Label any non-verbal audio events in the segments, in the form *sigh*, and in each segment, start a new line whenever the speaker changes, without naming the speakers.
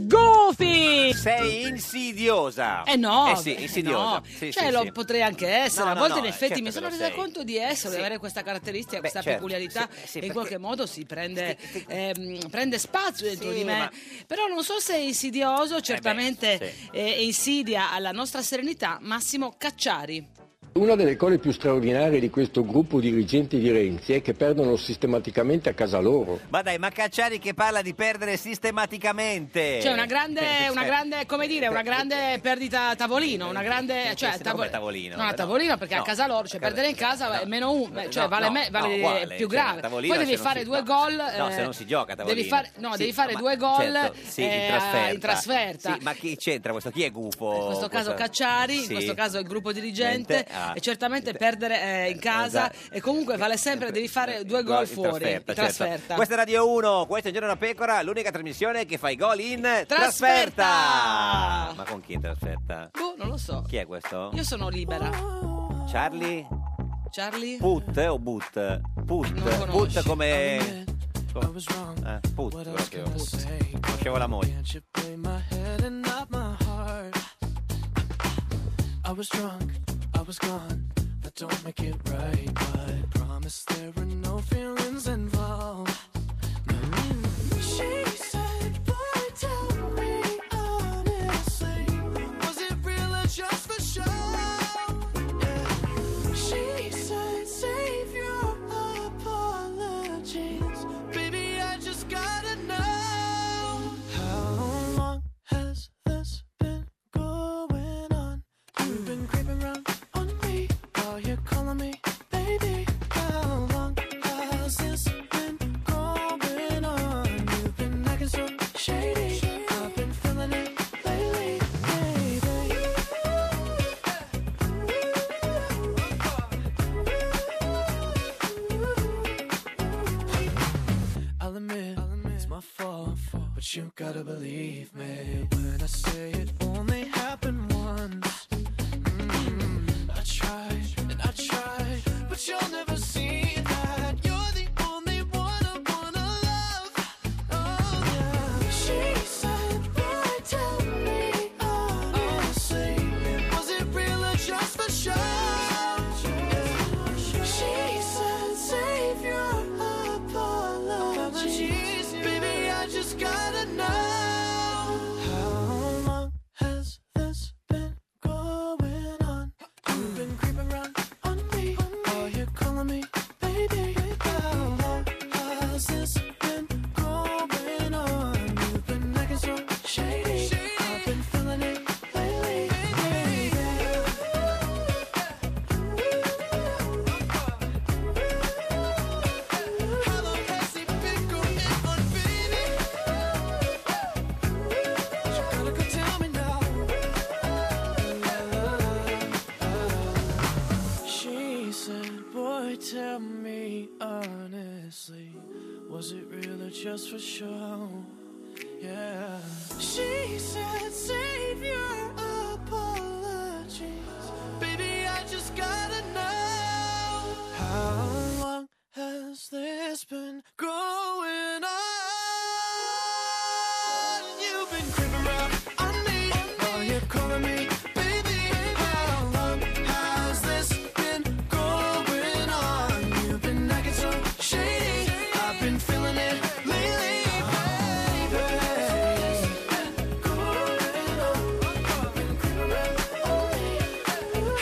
Goofy!
Sei insidiosa.
Eh no,
Eh sì,
beh,
insidiosa.
no.
Sì,
cioè
sì,
lo
sì.
potrei anche essere,
No,
a
no,
volte
no,
in effetti
certo
mi
che
sono
lo
resa
sei.
conto di essere,
Sì.
di avere questa caratteristica,
Beh,
questa
certo,
peculiarità,
sì, sì,
che
perché-
in qualche modo si prende, ehm, prende spazio dentro
Sì,
di me.
ma- Eh
Però non so se è insidioso, certamente
sì.
eh, insidia alla nostra serenità Massimo Cacciari.
Una delle cose più straordinarie di questo gruppo dirigenti di Renzi è che perdono sistematicamente a casa loro.
Ma dai, ma Cacciari che parla di perdere sistematicamente.
C'è una grande,
Eh,
una
*laughs* cioè,
grande, come dire, una grande perdita a tavolino, una grande, cioè
eh, sì, no, come tavolino,
no, a
vabbè, no.
tavolino perché a
No,
casa loro, cioè
a casa-
perdere in casa è meno un, beh, cioè
no,
vale,
no,
me- vale
no, uguale,
più
cioè,
grave.
tavolino
Poi
se
devi
non
fare
si-
due
no,
gol,
no,
eh,
se non si gioca a tavolino.
Devi fare, no,
Sì,
devi fare
ma-
due gol
certo, sì,
eh,
in trasferta.
in trasferta.
Sì, ma chi c'entra questo? Chi è gufo?
in questo caso
Questo-
Cacciari, in
Sì.
questo caso il gruppo dirigente,
Gente, ah.
e certamente perdere eh, in casa,
esatto. Eh,
e comunque vale sempre, devi fare due gol
in
fuori, in
trasferta, certo.
trasferta.
Questa è Radio 1, questo è Giorno da Pecora, l'unica trasmissione che fa i gol in
Trasferta!
trasferta. Ma con chi in trasferta?
Boh, non lo so.
Chi è questo?
Io sono libera.
Charlie?
Charlie?
Put eh, o but? Put,
Non conosci.
put come... Eh, put proprio. Conoscevo la moglie.
I was drunk, I was gone. That don't make it right, but promise there were no feelings involved. She said, Boy, tell me honestly, was it real or just for show? She said, save your apologies. Baby, I just gotta know. How long has this been going on? You've been creeping around on me while you're calling me, baby. How long has this been going on? You've been acting so shady. I've been feeling it lately, baby. I'll admit, it's my fault, but you gotta believe me when I say it only happened once. Mm, I tried and I tried, but you'll never see that you're the only one I wanna love. Oh yeah. She said, "Boy, tell me honestly, was it real or just for show?" She said, "Save your apologies, baby. I just gotta know." How long has this been going on? You've been creeping around on me. Are you calling me, baby? How long has this been going on? You've been acting so shady. I've been feeling it lately, baby. How long has it been going on, baby? You gotta go tell me now. She said, Boy, tell me honestly, was it real or just for show? Yeah. She said, Save your apologies. Baby, I just gotta know. How long has this been going on? You've been creeping around on me. Are you calling me, baby? How long has this been going on? You've been acting so shady. I've been feeling it lately, baby. Going on.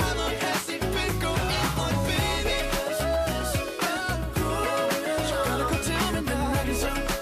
How long has it been going on, baby? Gotta go tell me now.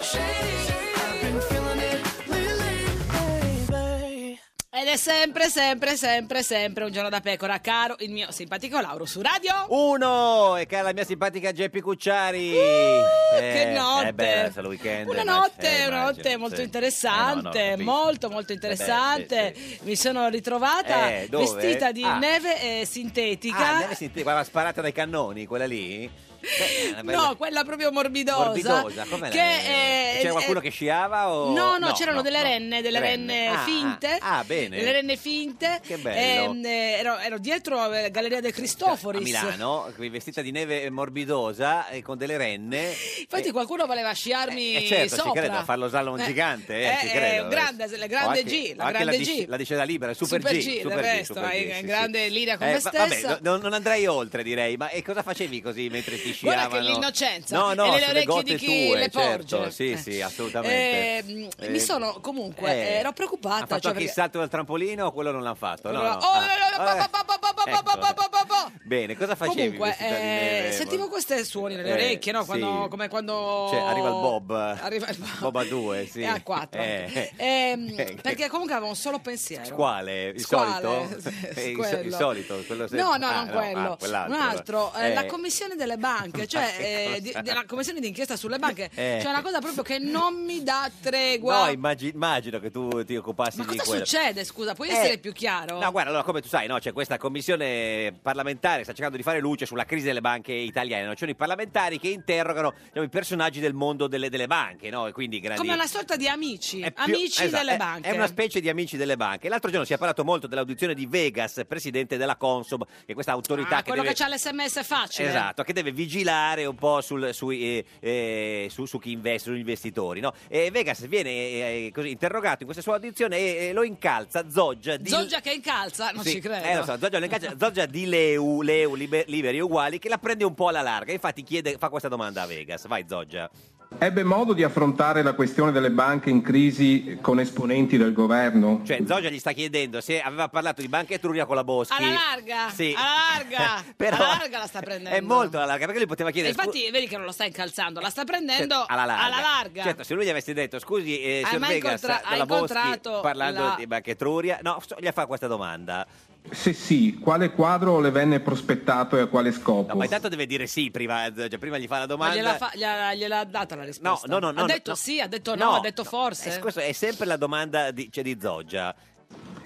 I've been feeling it lately, baby.
Ed è sempre, sempre, sempre, sempre un giorno da pecora, caro il mio simpatico Lauro su radio.
Uno! E cara la mia simpatica Geppi Cucciari! Eh,
Uh, che notte!
È bello adesso il weekend.
una
immag-
notte,
eh,
una
immagino,
notte molto
sì.
interessante,
Eh, no, no, capisco.
molto molto interessante.
Eh beh, sì, sì.
Mi sono ritrovata
Eh, dove?
vestita di
Ah.
neve eh, sintetica.
Ah, neve sintetica, quella sparata dai cannoni, quella lì? Beh, una bella-
No, quella proprio morbidosa.
Morbidosa, com'è la-
Che, eh,
C'era
eh,
qualcuno che sciava o...
No, no, c'erano delle
no.
renne, delle renne,
Ah,
finte.
Ah, ah, bene.
Delle renne finte.
Che bello.
Ehm, eh, ero, ero dietro eh, Galleria De Cristoforis.
A Milano, qui vestita di neve morbidosa e con delle
*laughs*
renne.
Infatti qualcuno voleva slalom
Eh, certo,
sopra.
ci credo, a farlo slalom
Eh,
gigante. Eh,
eh,
ci
eh,
credo.
grande, la
O
grande
anche-
G, la
anche
grande
dis-
G.
la discesa libera, il super,
Super G,
G.
del
Super G,
resto,
super G,
eh,
sì, sì.
grande linea con
Eh,
me
va-
stessa.
Vabbè, no- non, non andrei oltre, direi. Ma e cosa facevi così mentre ti
Guarda
sciavano?
che l'innocenza.
No, no,
E le
sulle
orecchie
gote
di chi
tue,
le porge. Eh.
certo. Sì, sì, assolutamente.
Ehm,
Eh,
mi sono comunque
eh,
ero
Ha
preoccupata
fatto
cioè,
anche il
perché-
salto dal trampolino o quello non l'hanno fatto? No, no.
Oh,
Ah,
oh, oh,
vabbè.
pa, pa, pa, pa, pa, pa, pa, pa, pa, pa, pa.
Bene, cosa facevi
oh. Comunque,
vestita di
eh,
neve?
sentivo questi suoni nelle
Eh,
orecchie, no? Quando-
sì.
come quando...
Cioè, arriva il Bob.
Arriva il Bob.
Bob a
*laughs*
due, *laughs* sì.
E Eh, a quattro.
Eh.
Ehm,
Eh, che-
perché comunque avevo un solo pensiero.
Quale? Il
Squale, *laughs*
solito?
sì,
Eh, il, so-
quello.
il solito? Quello se-
No, no,
Ah,
non quello.
ah, quell'altro.
un altro, eh, la
Eh,
commissione delle banche, cioè
*laughs* Ma che
eh,
cosa?
di- della commissione d'inchiesta sulle banche,
Eh.
cioè una cosa proprio che non mi dà tregua.
No, immagi- immagino che tu ti occupassi
Ma
di
cosa
quello.
succede? Scusa, puoi
Eh,
essere più chiaro?
No, guarda, allora come tu sai, no, c'è questa commissione parlamentare che sta cercando di fare luce sulla crisi delle banche italiane. No? Ci sono i parlamentari che interrogano diciamo, i personaggi del mondo delle, delle banche, no? E quindi grandi...
Come una sorta di amici,
Più-
amici
esatto,
delle
è-
banche.
È una specie di amici delle banche. L'altro giorno si è parlato molto dell'audizione di Vegas, presidente della Consob, che è questa autorità
Ah,
che
quello
deve...
che c'ha l'SMS facile.
Esatto, che deve vigilare un po' sul- sui, eh, eh, su, su chi investe, sugli investitori. no? E Vegas viene eh, così interrogato in questa sua audizione e, e lo incalza Zoggia di...
Zoggia che incalza, non
Sì,
ci credo.
eh, lo so, Zoggia, lo
*laughs*
incalza- Zoggia di Leu, Leu libe- Liberi e Uguali, che la prende un po' alla larga. Infatti chiede, fa questa domanda a Vegas. Vai Zoggia.
Ebbe modo di affrontare la questione delle banche in crisi con esponenti del governo?
Cioè, Zoggia gli sta chiedendo se aveva parlato di Banca Etruria con la Boschi.
Alla larga,
Sì.
alla larga,
*laughs* Però-
alla larga la sta prendendo.
È molto alla larga, perché lui poteva
E
chiedere... scu-
infatti vedi che non lo sta incalzando, la sta prendendo
Certo, alla larga.
alla larga. Ah,
Certo, se lui gli avesse detto scusi, eh,
Hai
signor
mai
Vegas,
incontra- hai
dalla Boschi,
incontrato
parlando
la-
di Banca Etruria, no, so- gli fa questa domanda.
Se sì, quale quadro le venne prospettato e a quale
No,
scopo?
ma intanto deve dire sì prima, eh, cioè, prima gli fa la
Ma
domanda.
gliela, fa- gliela- gliela ha data la
No,
risposta?
no, no, no,
Ha
no,
detto
no.
sì, ha detto no, ha detto forse.
Eh, questa è sempre la domanda di, cioè, di Zoggia.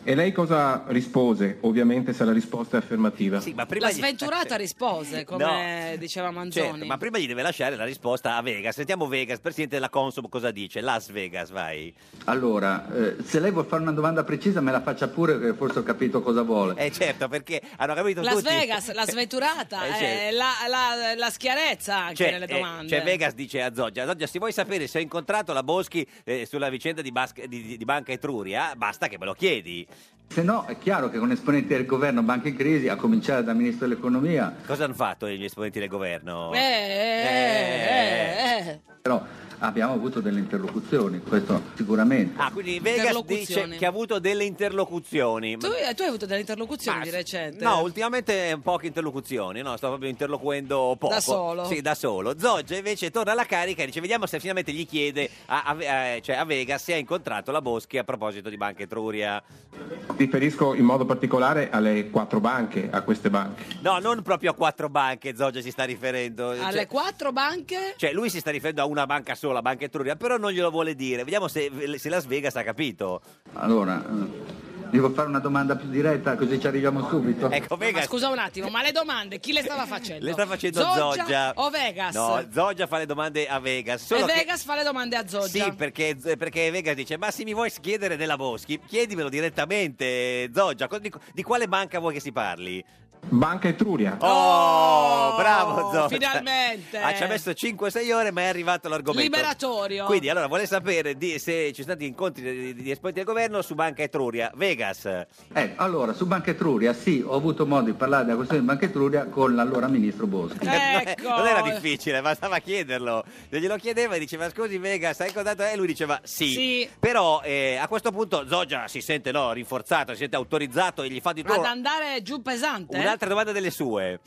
E lei cosa rispose? Ovviamente se la risposta è affermativa.
Sì, ma prima
La
gli-
sventurata rispose, come diceva Manzoni.
Certo, ma prima gli deve lasciare la risposta a Vegas. Sentiamo Vegas, presidente della Consob, cosa dice. Las Vegas, vai.
Allora, eh, se lei vuol fare una domanda precisa me la faccia pure che forse ho capito cosa vuole.
Eh certo, perché hanno capito
Las
tutti.
Vegas,
*laughs*
la sventurata,
Eh,
eh,
certo.
la, la- la schiarezza anche
Cioè,
nelle
eh,
domande.
cioè Vegas dice a Zoggia, Zoggia se vuoi sapere se ho incontrato la Boschi eh, sulla vicenda di, Bas- di- di- di Banca Etruria, basta che me lo chiedi.
Se no è chiaro che con esponenti del governo, banche in crisi, a cominciare dal ministro dell'economia,
Cosa hanno fatto gli esponenti del governo?
Eh, eh, eh, eh.
però abbiamo avuto delle interlocuzioni, questo sicuramente.
Ah, quindi Vegas
Interlocuzioni.
dice che ha avuto delle interlocuzioni.
Tu, tu hai avuto delle interlocuzioni
Ma-
di recente?
No, ultimamente poche interlocuzioni, no? Sto proprio interloquendo poco.
Da solo?
Sì, da solo. Zoggia invece torna alla carica e dice: Vediamo se finalmente gli chiede a, a- a- cioè a Vegas se ha incontrato la Boschi a proposito di Banca Etruria.
Riferisco in modo particolare alle quattro banche, a queste banche.
No, non proprio a quattro banche Zoggia si sta riferendo.
Alle
Cioè-
quattro banche?
Cioè, lui si sta riferendo a una banca sola, Banca Etruria, però non glielo vuole dire. Vediamo se, se Las Vegas ha capito.
Allora, eh, devo fare una domanda più diretta così ci arriviamo subito.
Ecco,
No, ma
Vegas.
scusa un attimo, ma le domande chi le stava facendo?
le sta facendo
Zoggia
Zoggia.
Eh, o Vegas?
No, Zoggia fa le domande a Vegas.
e
Solo che-
Vegas fa le domande a Zoggia.
Sì, perché, eh, perché Vegas dice: Ma se mi vuoi chiedere della Boschi, chiedimelo direttamente, Zoggia. Co- Di, di quale banca vuoi che si parli?
Banca Etruria.
Oh,
Oh,
bravo Zoggia!
finalmente.
Ah, ci ha messo 5-6 ore, ma è arrivato l'argomento.
Liberatorio.
Quindi, allora, vuole sapere di- se ci sono stati incontri di, di- di esponenti del governo su Banca Etruria, Vegas.
Eh, allora, su Banca Etruria, sì, ho avuto modo di parlare della questione di Banca Etruria con l'allora ministro Boschi.
Non è-
Ecco.
Non era difficile, bastava chiederlo. Se glielo chiedeva e diceva scusi Vegas, hai contato? E lui diceva sì.
Sì.
Però eh, a questo punto Zoggia si sente no, rinforzato, si sente autorizzato e gli fa di
Ad
tutto.
andare giù pesante? eh?
Un'altra domanda delle sue.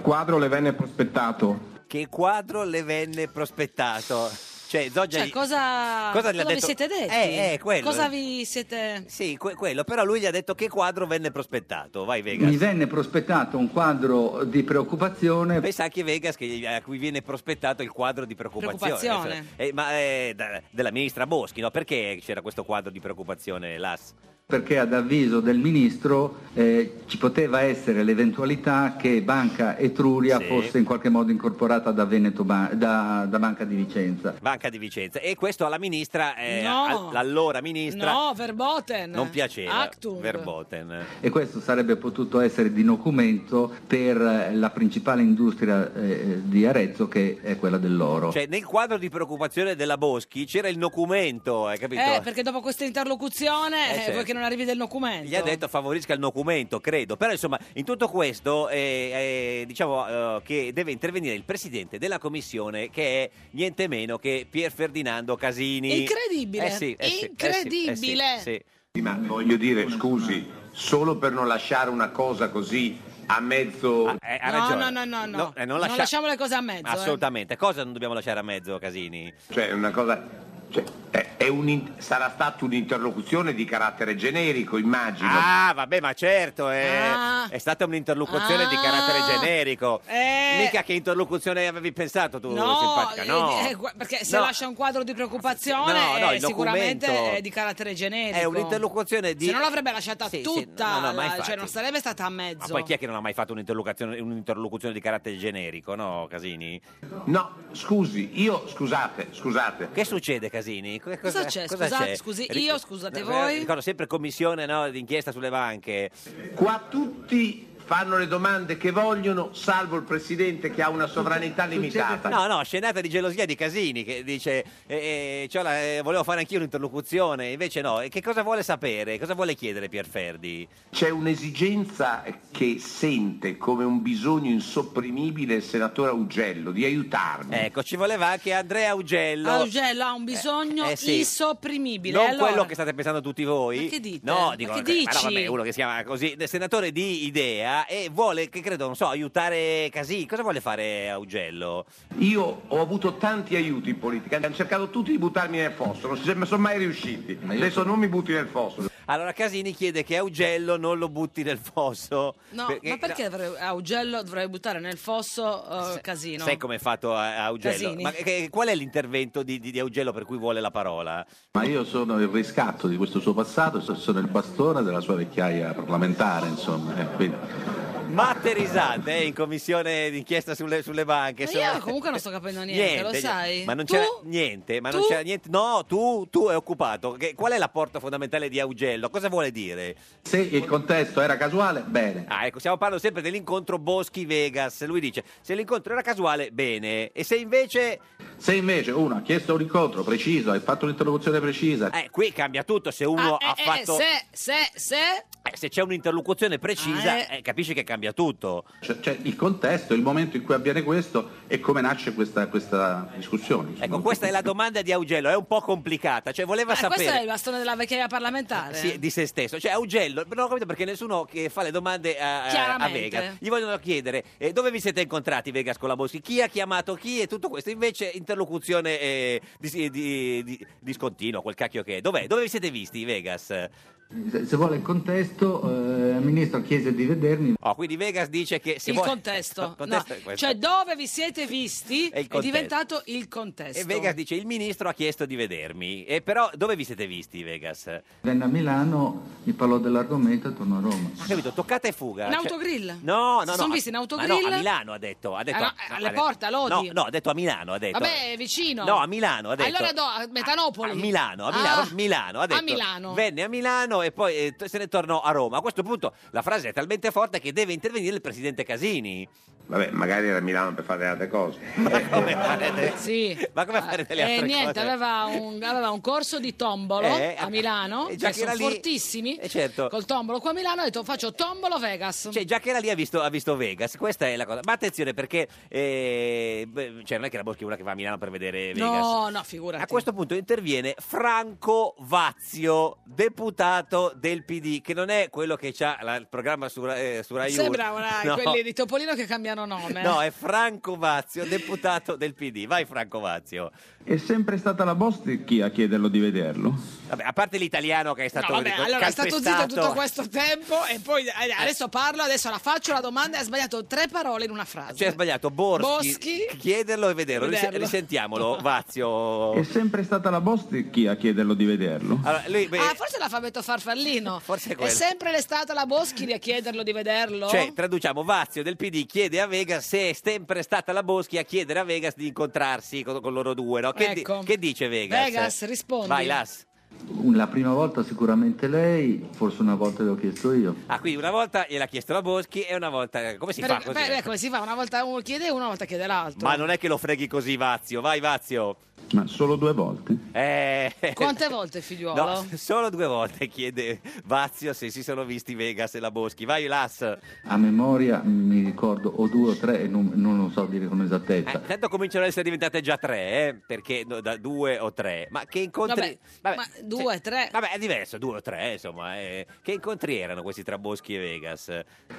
Quadro le venne prospettato?
Che quadro le venne prospettato? Cioè, Zoggia...
Cioè,
gli-
cosa,
Cosa gli ha
vi
detto?
siete detti?
Eh, eh, quello.
Cosa vi siete...
Sì, que- quello. Però lui gli ha detto che quadro venne prospettato. Vai Vegas.
Mi venne prospettato un quadro di preoccupazione
Pensa anche Vegas che- a cui viene prospettato il quadro di preoccupazione. cioè,
Preoccupazione.
Eh, ma eh, da- della ministra Boschi, no? Perché c'era questo quadro di preoccupazione, Las?
perché ad avviso del ministro eh, ci poteva essere l'eventualità che Banca Etruria
Sì.
fosse in qualche modo incorporata da, Veneto Ba- da- da Banca di Vicenza.
Banca di Vicenza. E questo alla ministra, eh,
No.
all- all'allora ministra,
No, Verboten.
non piaceva.
Actum.
Verboten.
E questo sarebbe potuto essere di documento per eh, la principale industria eh, di Arezzo che è quella dell'oro.
Cioè, nel quadro di preoccupazione della Boschi c'era il documento, hai capito?
Eh, perché dopo questa interlocuzione,
Eh,
eh,
certo.
vuoi che non arrivi del documento?
Gli ha detto favorisca il documento, credo. Però, insomma, in tutto questo eh, eh, diciamo eh, che deve intervenire il presidente della commissione, che è niente meno che Pier Ferdinando Casini.
Incredibile.
Eh sì, eh sì, eh sì, eh sì,
Incredibile.
sì.
Ma voglio dire, scusi, solo per non lasciare una cosa così a mezzo...
Eh, ha
No, no,
ragione.
no, no, no.
No, eh, non
non,
lascia-
lasciamo le cose a mezzo. eh.
Assolutamente. Cosa non dobbiamo lasciare a mezzo, Casini?
Cioè, è una cosa... cioè, è- è un in- sarà stata un'interlocuzione di carattere generico, immagino.
Ah, vabbè, ma certo, è,
Ah.
è stata un'interlocuzione di
Ah.
carattere generico.
Eh.
Mica che interlocuzione avevi pensato tu,
No,
simpatica, no.
eh, eh, gu- perché se
No.
lascia un quadro di preoccupazione
No, no,
eh,
il documento
sicuramente è di carattere generico.
È un'interlocuzione di...
Se non l'avrebbe lasciata
Sì, sì,
tutta,
no, no, ma
la-
infatti.
cioè non sarebbe stata a
Ma
mezzo.
poi chi è che non ha mai fatto un'interlocuzione, un'interlocuzione di carattere generico, no, Casini?
No, scusi, io, scusate, scusate.
Che succede, Casini? Co-
Cosa c'è? Scusate, scusi, io, scusate
no,
voi?
Eh, Ricordo sempre commissione no, d'inchiesta sulle banche.
Qua tutti fanno le domande che vogliono, salvo il presidente che ha una sovranità limitata.
No, no, scenata di gelosia di Casini che dice eh, eh, cioè, la- eh, volevo fare anch'io un'interlocuzione, invece no. E che cosa vuole sapere? Cosa vuole chiedere Pierferdi?
C'è un'esigenza che sente come un bisogno insopprimibile il senatore Augello di aiutarmi.
Ecco, ci voleva anche Andrea Augello.
Augello ha un bisogno
Eh, eh sì.
insopprimibile.
Non
allora-
quello che state pensando tutti voi.
Ma che dite?
No,
Ma
dico,
che
eh, no,
dici?
vabbè, uno che si chiama così, eh, senatore di idea e vuole, che credo, non so, aiutare Casini. Cosa vuole fare Augello?
Io ho avuto tanti aiuti in politica, hanno cercato tutti di buttarmi nel fosso, non si- non sono mai riusciti. Adesso non mi butti nel fosso.
Allora Casini chiede che Augello non lo butti nel fosso.
No, ma perché dovrebbe- Augello dovrebbe buttare nel fosso eh, Casino?
Sai come è fatto a- a Augello?
Casini.
Ma che- qual è l'intervento di, di- di Augello per cui vuole la parola?
Ma io sono il riscatto di questo suo passato, so- sono il bastone della sua vecchiaia parlamentare, insomma. eh, quindi-
Matte risate eh, in commissione d'inchiesta sulle, sulle banche.
Ma
Sono-
io comunque non sto capendo niente, lo sai?
Ma non
Tu?
c'era niente, ma non
Tu?
c'era niente. No, tu, tu è occupato. Che- qual è l'apporto fondamentale di Augello? Cosa vuole dire?
Se il contesto era casuale, bene.
Ah, ecco, stiamo parlando sempre dell'incontro Boschi-Vegas. Lui dice: se l'incontro era casuale, bene. E se invece.
Se invece uno ha chiesto un incontro preciso, hai fatto un'interlocuzione precisa,
Eh, qui cambia tutto. Se
Ah,
uno
eh,
ha
eh,
fatto.
se, se, se...
Eh, se c'è un'interlocuzione precisa,
Ah, eh.
eh, capisci che cambia tutto.
cioè, cioè il contesto, il momento in cui avviene questo e come nasce questa, questa discussione. insomma.
Ecco, questa è la domanda di Augello, è un po' complicata, cioè voleva
Ah, questo è il
sapere
bastone della vecchiaia parlamentare?
sì, di se stesso, cioè Augello, non ho capito perché nessuno che fa le domande a, a- a
Chiaramente.
Vegas, gli vogliono chiedere eh, dove vi siete incontrati Vegas con la Boschi, chi ha chiamato chi e tutto questo, invece interlocuzione eh, di, di- di- discontinua, quel cacchio che è, dov'è, dove vi siete visti Vegas?
Se, se vuole il contesto, eh, il ministro chiese di vedermi.
Oh, quindi Vegas dice che se
il
vuoi-
contesto,
*laughs* Il contesto
No,
è questo.
cioè dove vi siete visti
È il
è,
contesto.
diventato il contesto.
E Vegas dice il ministro ha chiesto di vedermi, e però dove vi siete visti Vegas?
Venne a Milano, mi parlò dell'argomento e tornò a Roma.
Ho capito, toccata e fuga.
In
Cioè-
autogrill?
No, no,
Si
no.
son
a-
visti in
ma
autogrill?
no, a Milano ha detto. Ha detto
Ah, no,
no,
alle
ha de-
porte, a Lodi?
No, no, ha detto a Milano, ha detto.
Vabbè, è vicino.
No, a Milano, ha detto.
Allora no, a Metanopoli.
A, a Milano, a Milano,
Ah,
Milano, ha detto.
a Milano.
Venne a Milano e poi eh, t- se ne tornò a Roma. A questo punto la frase è talmente forte che deve intervenire il presidente Casini.
Vabbè, magari era a Milano per fare altre cose.
Ma come fare de-
Ah, Sì.
Eh, Ma come fare delle
Eh,
altre
niente,
cose?
aveva un, aveva un corso di tombolo
Eh,
a Milano,
eh, già
che
che era
sono
lì-
fortissimi.
eh, certo.
Col tombolo qua a Milano ha detto faccio tombolo Vegas.
Cioè, già che era lì ha visto, ha visto Vegas, questa è la cosa. Ma attenzione perché eh, beh, cioè, non è che la Boschi è una che va a Milano per vedere Vegas.
no, no, figurati.
A questo punto interviene Franco Vazio, deputato del PD, che non è quello che ha il programma su, Ra- eh, su Rai Uno.
Sembra una,
*laughs* No.
quelli di Topolino che cambia cambiano nome.
No, è Franco Vazio, deputato del PD. Vai Franco Vazio.
È sempre stata la Bosti a chiederlo di vederlo?
Vabbè, a parte l'italiano che è stato
No, vabbè,
rico-
allora è stato zitto
calpestato.
tutto questo tempo e poi eh, adesso parlo, adesso la faccio la domanda e ha sbagliato tre parole in una frase.
Cioè, ha sbagliato Borghi.
Boschi.
Chiederlo e vederlo. Ris-
Vederlo.
risentiamolo, Vazio.
È sempre stata la Bosti a chiederlo di vederlo?
Allora, lui, beh,
Ah, forse è l'alfabeto
*laughs*
farfallino.
Forse è
è,
quello.
sempre l'estate la Boschili a chiederlo di vederlo.
Cioè, traduciamo, Vazio del PD chiede a Vegas se è sempre stata la Boschi a chiedere a Vegas di incontrarsi con, con loro due, no? Che, di-
Ecco.
che dice Vegas?
Vegas, rispondi.
Vai, Las.
La prima volta sicuramente lei, forse una volta l'ho chiesto io.
Ah, quindi una volta gliel'ha chiesto la Boschi e una volta... Come si
Per-
fa così?
per- eh, come si fa? Una volta uno chiede uno, una volta chiede l'altro.
Ma non è che lo freghi così, Vazio. Vai, Vazio.
Ma solo due volte?
Eh...
Quante volte, figliuolo?
No, *laughs* solo due volte chiede Vazio se si sono visti Vegas e la Boschi. Vai,
Eh.
Las.
A memoria mi ricordo o due o tre e non, non lo so dire con
Eh,
esattezza.
tanto cominciano ad essere diventate già tre, eh, perché no, da due o tre. Ma che incontri...
Vabbè, ma due,
sì.
tre.
Vabbè, è diverso, due o tre, insomma. eh. Che incontri erano questi tra Boschi e Vegas?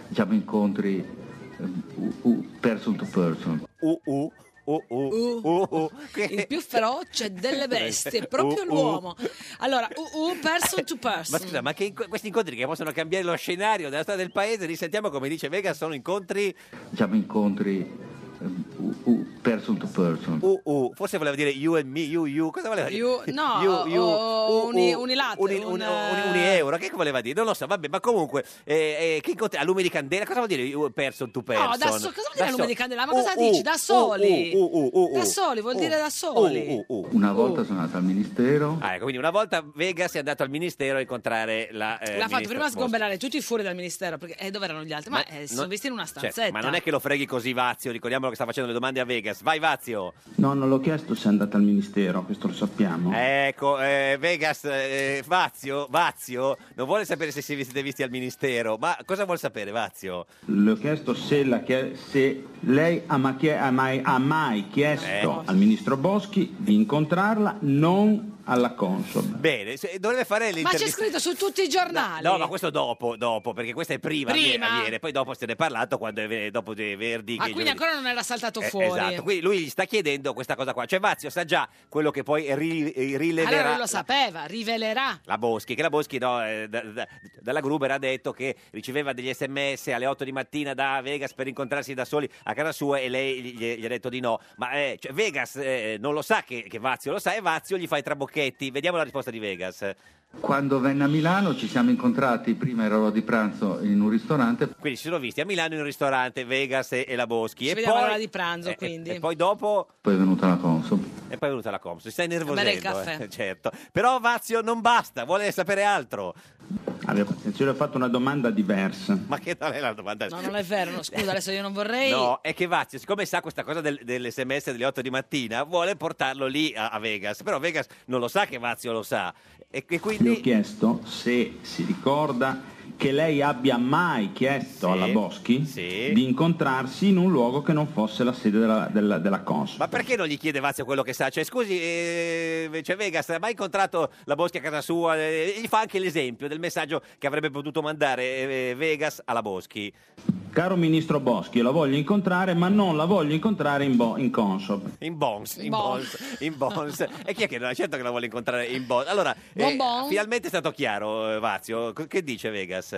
Diciamo incontri eh, u- u- person to person.
Uh, uh, uh, uh,
Uh.
uh, uh. Che-
*laughs* Il più feroce
*laughs*
delle bestie, proprio
Uh, uh.
l'uomo. Allora, uh, uh, person to person.
Ma scusa, ma che inco- questi incontri che possono cambiare lo scenario della storia del paese, risentiamo come dice Vegas, sono incontri...
Diciamo incontri eh, u- u- person to person.
Uh, uh. Forse voleva dire you and me, you, you. Cosa voleva dire?
You-
*laughs*
no, o uni- unilatte,
uni,
un,
un-
eh.
uni- uni euro. Che voleva dire? Non lo so, vabbè, ma comunque, eh, eh, che incontri- a lume di candela, cosa vuol dire you person to person?
No, da so- cosa vuol
Da
dire a lume
so-
di candela? Ma
Uh,
cosa
uh,
dici? Da
uh,
soli.
uh, uh, uh, uh,
Da
uh.
soli, vuol
Uh,
dire da soli.
uh, uh, uh.
Una volta sono andata al ministero,
Ah, ecco, quindi una volta Vegas è andato al ministero a incontrare la. eh,
L'ha fatto
ministra
prima
Boschi.
sgomberare tutti fuori dal ministero, perché eh, dove erano gli altri? Ma, eh, si sono
non-
visti in una
certo,
stanzetta.
ma non è che lo freghi così, Vazio. Ricordiamolo che sta facendo le domande a Vegas. Vai, Vazio.
No, non l'ho chiesto se è andata al ministero, questo lo sappiamo.
Ecco, eh, Vegas, eh, Vazio, Vazio non vuole sapere se si siete visti al ministero, ma cosa vuol sapere Vazio?
Le ho chiesto se, la chie- se lei ha, ma chie- ha mai, ha mai chiesto
Eh.
al ministro Boschi di incontrarla, non alla Consob.
Bene, se- dovrebbe fare
Ma c'è
l'intervista.
scritto su tutti i giornali. Ah,
No, ma questo dopo, dopo, perché questa è prima,
Prima?
avviene, avviene, poi dopo se ne è parlato quando è ve- dopo di Verdi.
Ah,
che giovedì-
quindi ancora non era saltato
Eh,
fuori.
esatto, quindi lui gli sta chiedendo questa cosa qua. Cioè Vazio sa già quello che poi ri- eh, rileverà.
Allora lui lo
la-
sapeva, rivelerà.
La Boschi, che la Boschi no, eh, da- da- dalla Gruber ha detto che riceveva degli sms alle 8 di mattina da Vegas per incontrarsi da soli a casa sua e lei gli, gli- gli ha detto di no. Ma eh, cioè, Vegas eh, non lo sa che, che Vazio lo sa e Vazio gli fa i trabocchetti. Vediamo la risposta di Vegas.
quando venne a Milano ci siamo incontrati, prima ero di pranzo in un ristorante,
Quindi si sono visti a Milano in un ristorante Vegas e, e la Boschi.
Ci
e
vediamo
poi,
all'ora di pranzo,
eh, eh,
quindi.
E, poi dopo
poi è venuta la Consob.
e poi è venuta la Comps. Si sta
bere il
innervosendo,
caffè.
eh, certo. Però Vazio non basta, vuole sapere altro.
Abbia pazienza, io le ho fatto una domanda diversa.
Ma che non è la domanda?
No, non è vero,
*laughs*
no, scusa, adesso io non vorrei.
No, è che Vazio, siccome sa questa cosa del- dell'SMS delle 8 di mattina, vuole portarlo lì a, a Vegas. Però Vegas non lo sa che Vazio lo sa. E, e
Le ho
quindi.
chiesto se si ricorda che lei abbia mai chiesto
Sì,
alla Boschi
sì.
di incontrarsi in un luogo che non fosse la sede della, della, della Consob.
Ma perché non gli chiede Vazio quello che sa? Cioè, scusi, eh, cioè Vegas, ha mai incontrato la Boschi a casa sua? Eh, gli fa anche l'esempio del messaggio che avrebbe potuto mandare eh, Vegas alla Boschi.
Caro ministro Boschi, la voglio incontrare, ma non la voglio incontrare in, bo- in Consob.
Eh,
In Bones, in
In
Bones, in Bones. e chi è che non è certo che la vuole incontrare in Bones? Allora,
Bon bon.
finalmente è stato chiaro, eh, Vazio. Co- Che dice Vegas?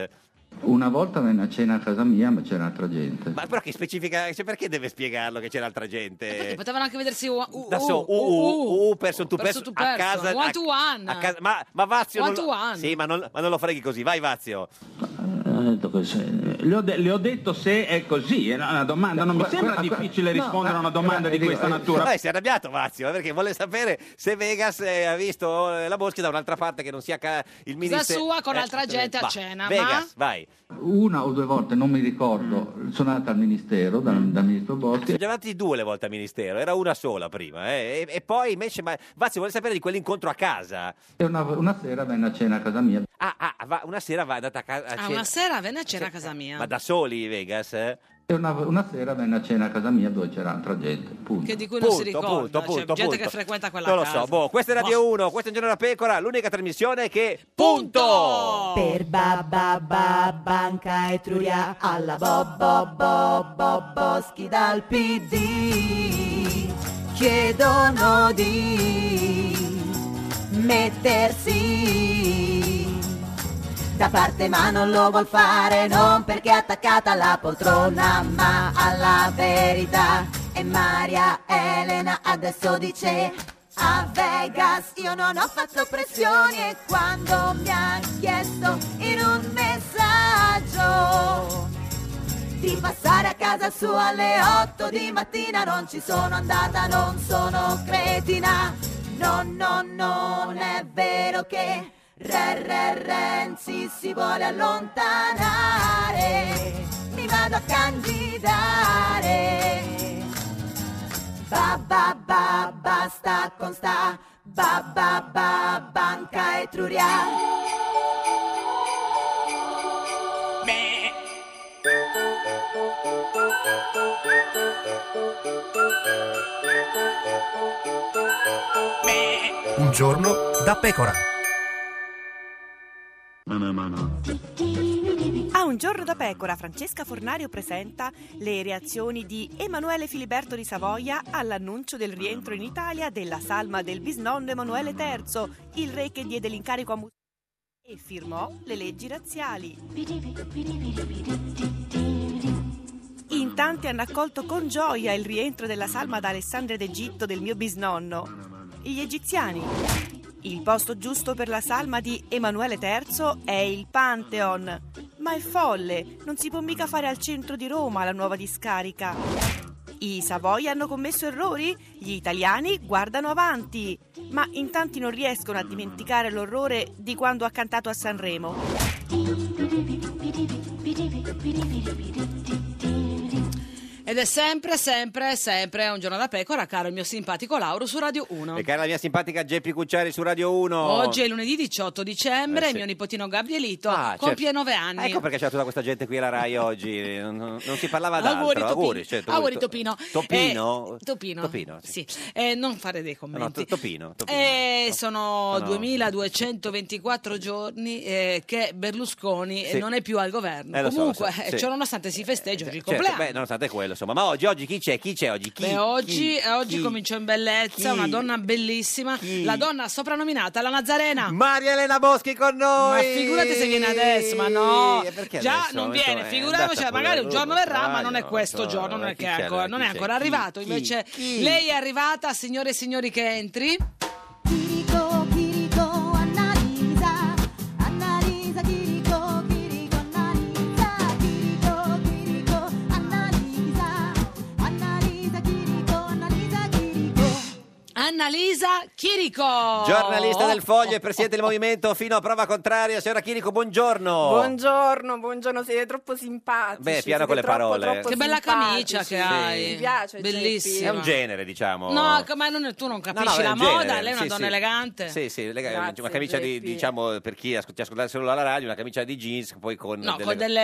Una volta venne a cena a casa mia, ma c'era altra gente.
Ma però che specifica, cioè perché deve spiegarlo che c'era altra
Eh, Perché
gente?
potevano anche vedersi u- u-
Da so,
u- u-
uh, uh, person to person, a casa
one
a-
to one.
a casa- ma, ma Vazio
One
non
to
lo-
one.
Sì, ma non, ma non lo freghi così, vai Vazio.
Eh, ho detto che se- Le ho, de- le ho detto se è così, era una domanda, non mi
Guarda,
sembra
guarda,
difficile
no,
rispondere a una
guarda,
domanda di
dico,
questa
eh,
natura.
Vabbè, si è arrabbiato Vazio, eh, perché vuole sapere se Vegas eh, ha visto eh, la Boschi da un'altra parte che non sia ca- il ministero.
sua con altra gente a
eh, va.
cena, ma- Ah,
Vegas, vai.
Una o due volte, non mi ricordo, sono andata al ministero, dal, dal ministro Boschi,
Sono già andati due le volte al ministero, era una sola prima. eh, E, e poi invece ma, Vazio vuole sapere di quell'incontro a casa.
e una, una sera venne a cena a casa mia.
Ah, ah, va- una sera va andata a casa. a
Ah,
cena.
una sera venne a cena a casa mia.
Ma da soli Vegas? eh?
E una, una sera venne a cena a casa mia dove c'era altra gente, punto.
Che di cui non si
Punto,
ricorda.
punto,
Cioè,
punto,
gente
punto.
che frequenta quella
Non lo
casa.
so, boh, questa è Radio 1, questa è Un Giorno da Pecora, l'unica trasmissione che... Punto!
Per babba babba banca Etruria alla bob bob bob bob boschi dal PD chiedono di mettersi da parte ma non lo vuol fare non perché è attaccata alla poltrona ma alla verità e Maria Elena adesso dice a Vegas io non ho fatto pressioni e quando mi ha chiesto in un messaggio di passare a casa sua alle 8 di mattina non ci sono andata, non sono cretina. No, no, non è vero che Re Re Renzi si vuole allontanare. Mi vado a candidare. Ba ba ba basta con sta ba ba ba banca etruria.
Un giorno da pecora.
A Ah, un giorno da pecora, Francesca Fornario presenta le reazioni di Emanuele Filiberto di Savoia all'annuncio del rientro in Italia della salma del bisnonno Emanuele III, il re che diede l'incarico a Mussolini e firmò le leggi razziali. In tanti hanno accolto con gioia il rientro della salma da Alessandria d'Egitto del mio bisnonno, gli egiziani. Il posto giusto per la salma di Emanuele III è il Pantheon. Ma è folle, non si può mica fare al centro di Roma la nuova discarica. I Savoia hanno commesso errori? Gli italiani guardano avanti. Ma in tanti non riescono a dimenticare l'orrore di quando ha cantato a Sanremo.
Ed è sempre, sempre, sempre un giorno da pecora, caro il mio simpatico Lauro su Radio 1.
E cara la mia simpatica Geppi Cucciari su Radio 1.
Oggi è lunedì 18 dicembre,
Eh, sì.
mio nipotino Gabrielito
Ah,
compie
certo.
9 anni.
Ecco perché c'è tutta questa gente qui alla RAI oggi, non, non- non si parlava d'altro.
Auguri, Topino.
certo,
Auguri,
to-
Topino.
Topino?
Eh, Topino.
Topino,
sì. Eh, non fare dei
No, no,
commenti.
to- Topino. Topino.
Eh, sono
No, no.
2224 giorni eh, che Berlusconi eh,
Sì.
non è più al governo.
Eh, lo so,
Comunque,
lo so,
eh,
sì.
ciò nonostante si festeggia oggi il
Certo,
compleanno.
beh, nonostante quello, insomma. Ma oggi, oggi chi c'è? Chi c'è oggi? Chi?
Beh, oggi, eh, oggi
chi-
cominciò in bellezza
chi-
una donna bellissima, la donna soprannominata la Nazarena.
Maria Elena Boschi con noi!
Ma figurate se viene adesso, ma no,
perché
già
adesso?
non
Insomma,
viene,
è
figuriamoci,
andata
magari un
pure
giorno
dopo,
verrà, ma non è
insomma,
questo giorno, non è,
chi
che è
c'è,
ancora,
chi
non è
c'è,
ancora
chi-
arrivato.
chi-
Invece
chi?
lei è arrivata, signore e signori che entri.
Chirico, Chirico, Annalisa, Annalisa, Chirico, Chirico, Annalisa, Chirico, Chirico, Annalisa, Annalisa, Chirico, Annalisa, Chirico.
Annalisa Chirico.
Giornalista del Foglio e presidente del Movimento fino a prova contraria, signora Chirico, buongiorno.
Buongiorno, buongiorno, siete troppo simpatici.
Beh, piano
siete
con le
troppo,
parole.
troppo
Oh, Che bella
simpatici.
camicia che hai.
Mi piace,
Bellissima.
È un genere, diciamo.
No, co- ma non- tu non capisci
è
la
un genere,
moda, lei è una
sì,
donna
sì.
elegante.
Sì, sì, lega-
Grazie,
una camicia di,
Geppi.
diciamo, per chi ascol- ti ascolta solo alla radio, una camicia di jeans, poi con
No, con delle-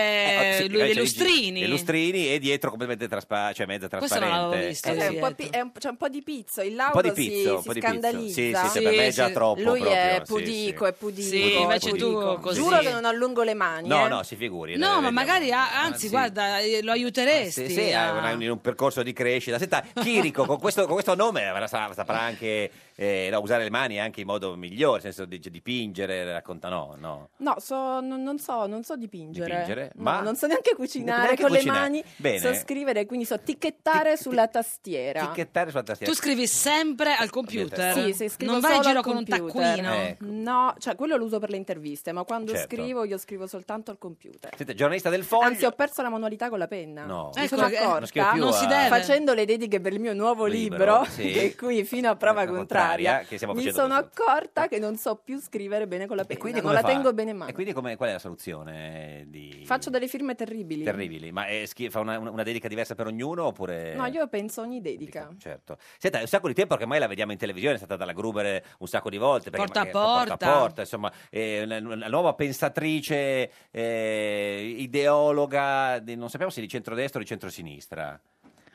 Eh, sì, camicia
lui- dei
di jeans,
lustrini.
dei lustrini e dietro completamente traspa- cioè mezza
Questo non
trasparente.
l'avevo visto,
Eh,
C'è
sì.
un, po' pi- è un- c'è un po' di pizzo, il
po' di
Lauro
pizzo,
si,
un po'
si
di pizzo.
scandalizza.
Sì, sì, sì, per me è già troppo
Lui è
proprio, sì,
pudico, è pudico.
Sì,
è
invece tu
pudico.
così.
Giuro che non allungo le mani.
No,
eh.
no, si figuri.
No,
dai,
ma
vediamo.
magari, ah, anzi, guarda, eh, lo aiuteresti. eh.
Sì, sì, è
ah.
a-
una- in un percorso di crescita. Senta, Chirico, con questo, con questo nome avrà- sa- saprà anche eh, no, usare le mani anche in modo migliore, nel senso di dipingere, racconta no, no.
No, so- non, non so, non so dipingere,
Dipingere?
No,
Ma-
non so neanche cucinare
Neanche
con
cucinare.
le mani,
Bene.
so scrivere, quindi so ticchettare sulla tastiera.
Ticchettare sulla tastiera.
Tu scrivi sempre al computer?
Sì, sì, scrivo
Non vai in
solo
giro
al
con un
computer.
taccuino?
Ecco.
No, cioè quello lo uso per le interviste, ma quando
Certo.
scrivo io scrivo soltanto al computer.
Senta, giornalista del foglio.
Anzi, ho perso la manualità con la penna.
No.
Mi
Ecco
sono
che-
accorta,
Non scrivo più Non si a- deve.
facendo le dediche per il mio nuovo
Libro,
libro,
sì.
che è qui fino a prova
contraria,
contraria,
che stiamo
mi
facendo
sono accorta che non so più scrivere bene con la penna,
Quindi
non
come
la
fa?
tengo bene in mano.
E quindi come- qual è la soluzione eh, di...
Faccio delle firme terribili.
terribili? Ma eh, schi- fa una, una- una dedica diversa per ognuno oppure...
No, io penso ogni dedica.
Certo. Senta, è un sacco di tempo che ormai la vediamo in televisione, è stata dalla Gruber eh, un sacco di volte. perché
Porta a
magari- porta,
porta.
porta, insomma, eh, una, una nuova pensatrice, eh, ideologa, di- non sappiamo se di centrodestra o di centrosinistra,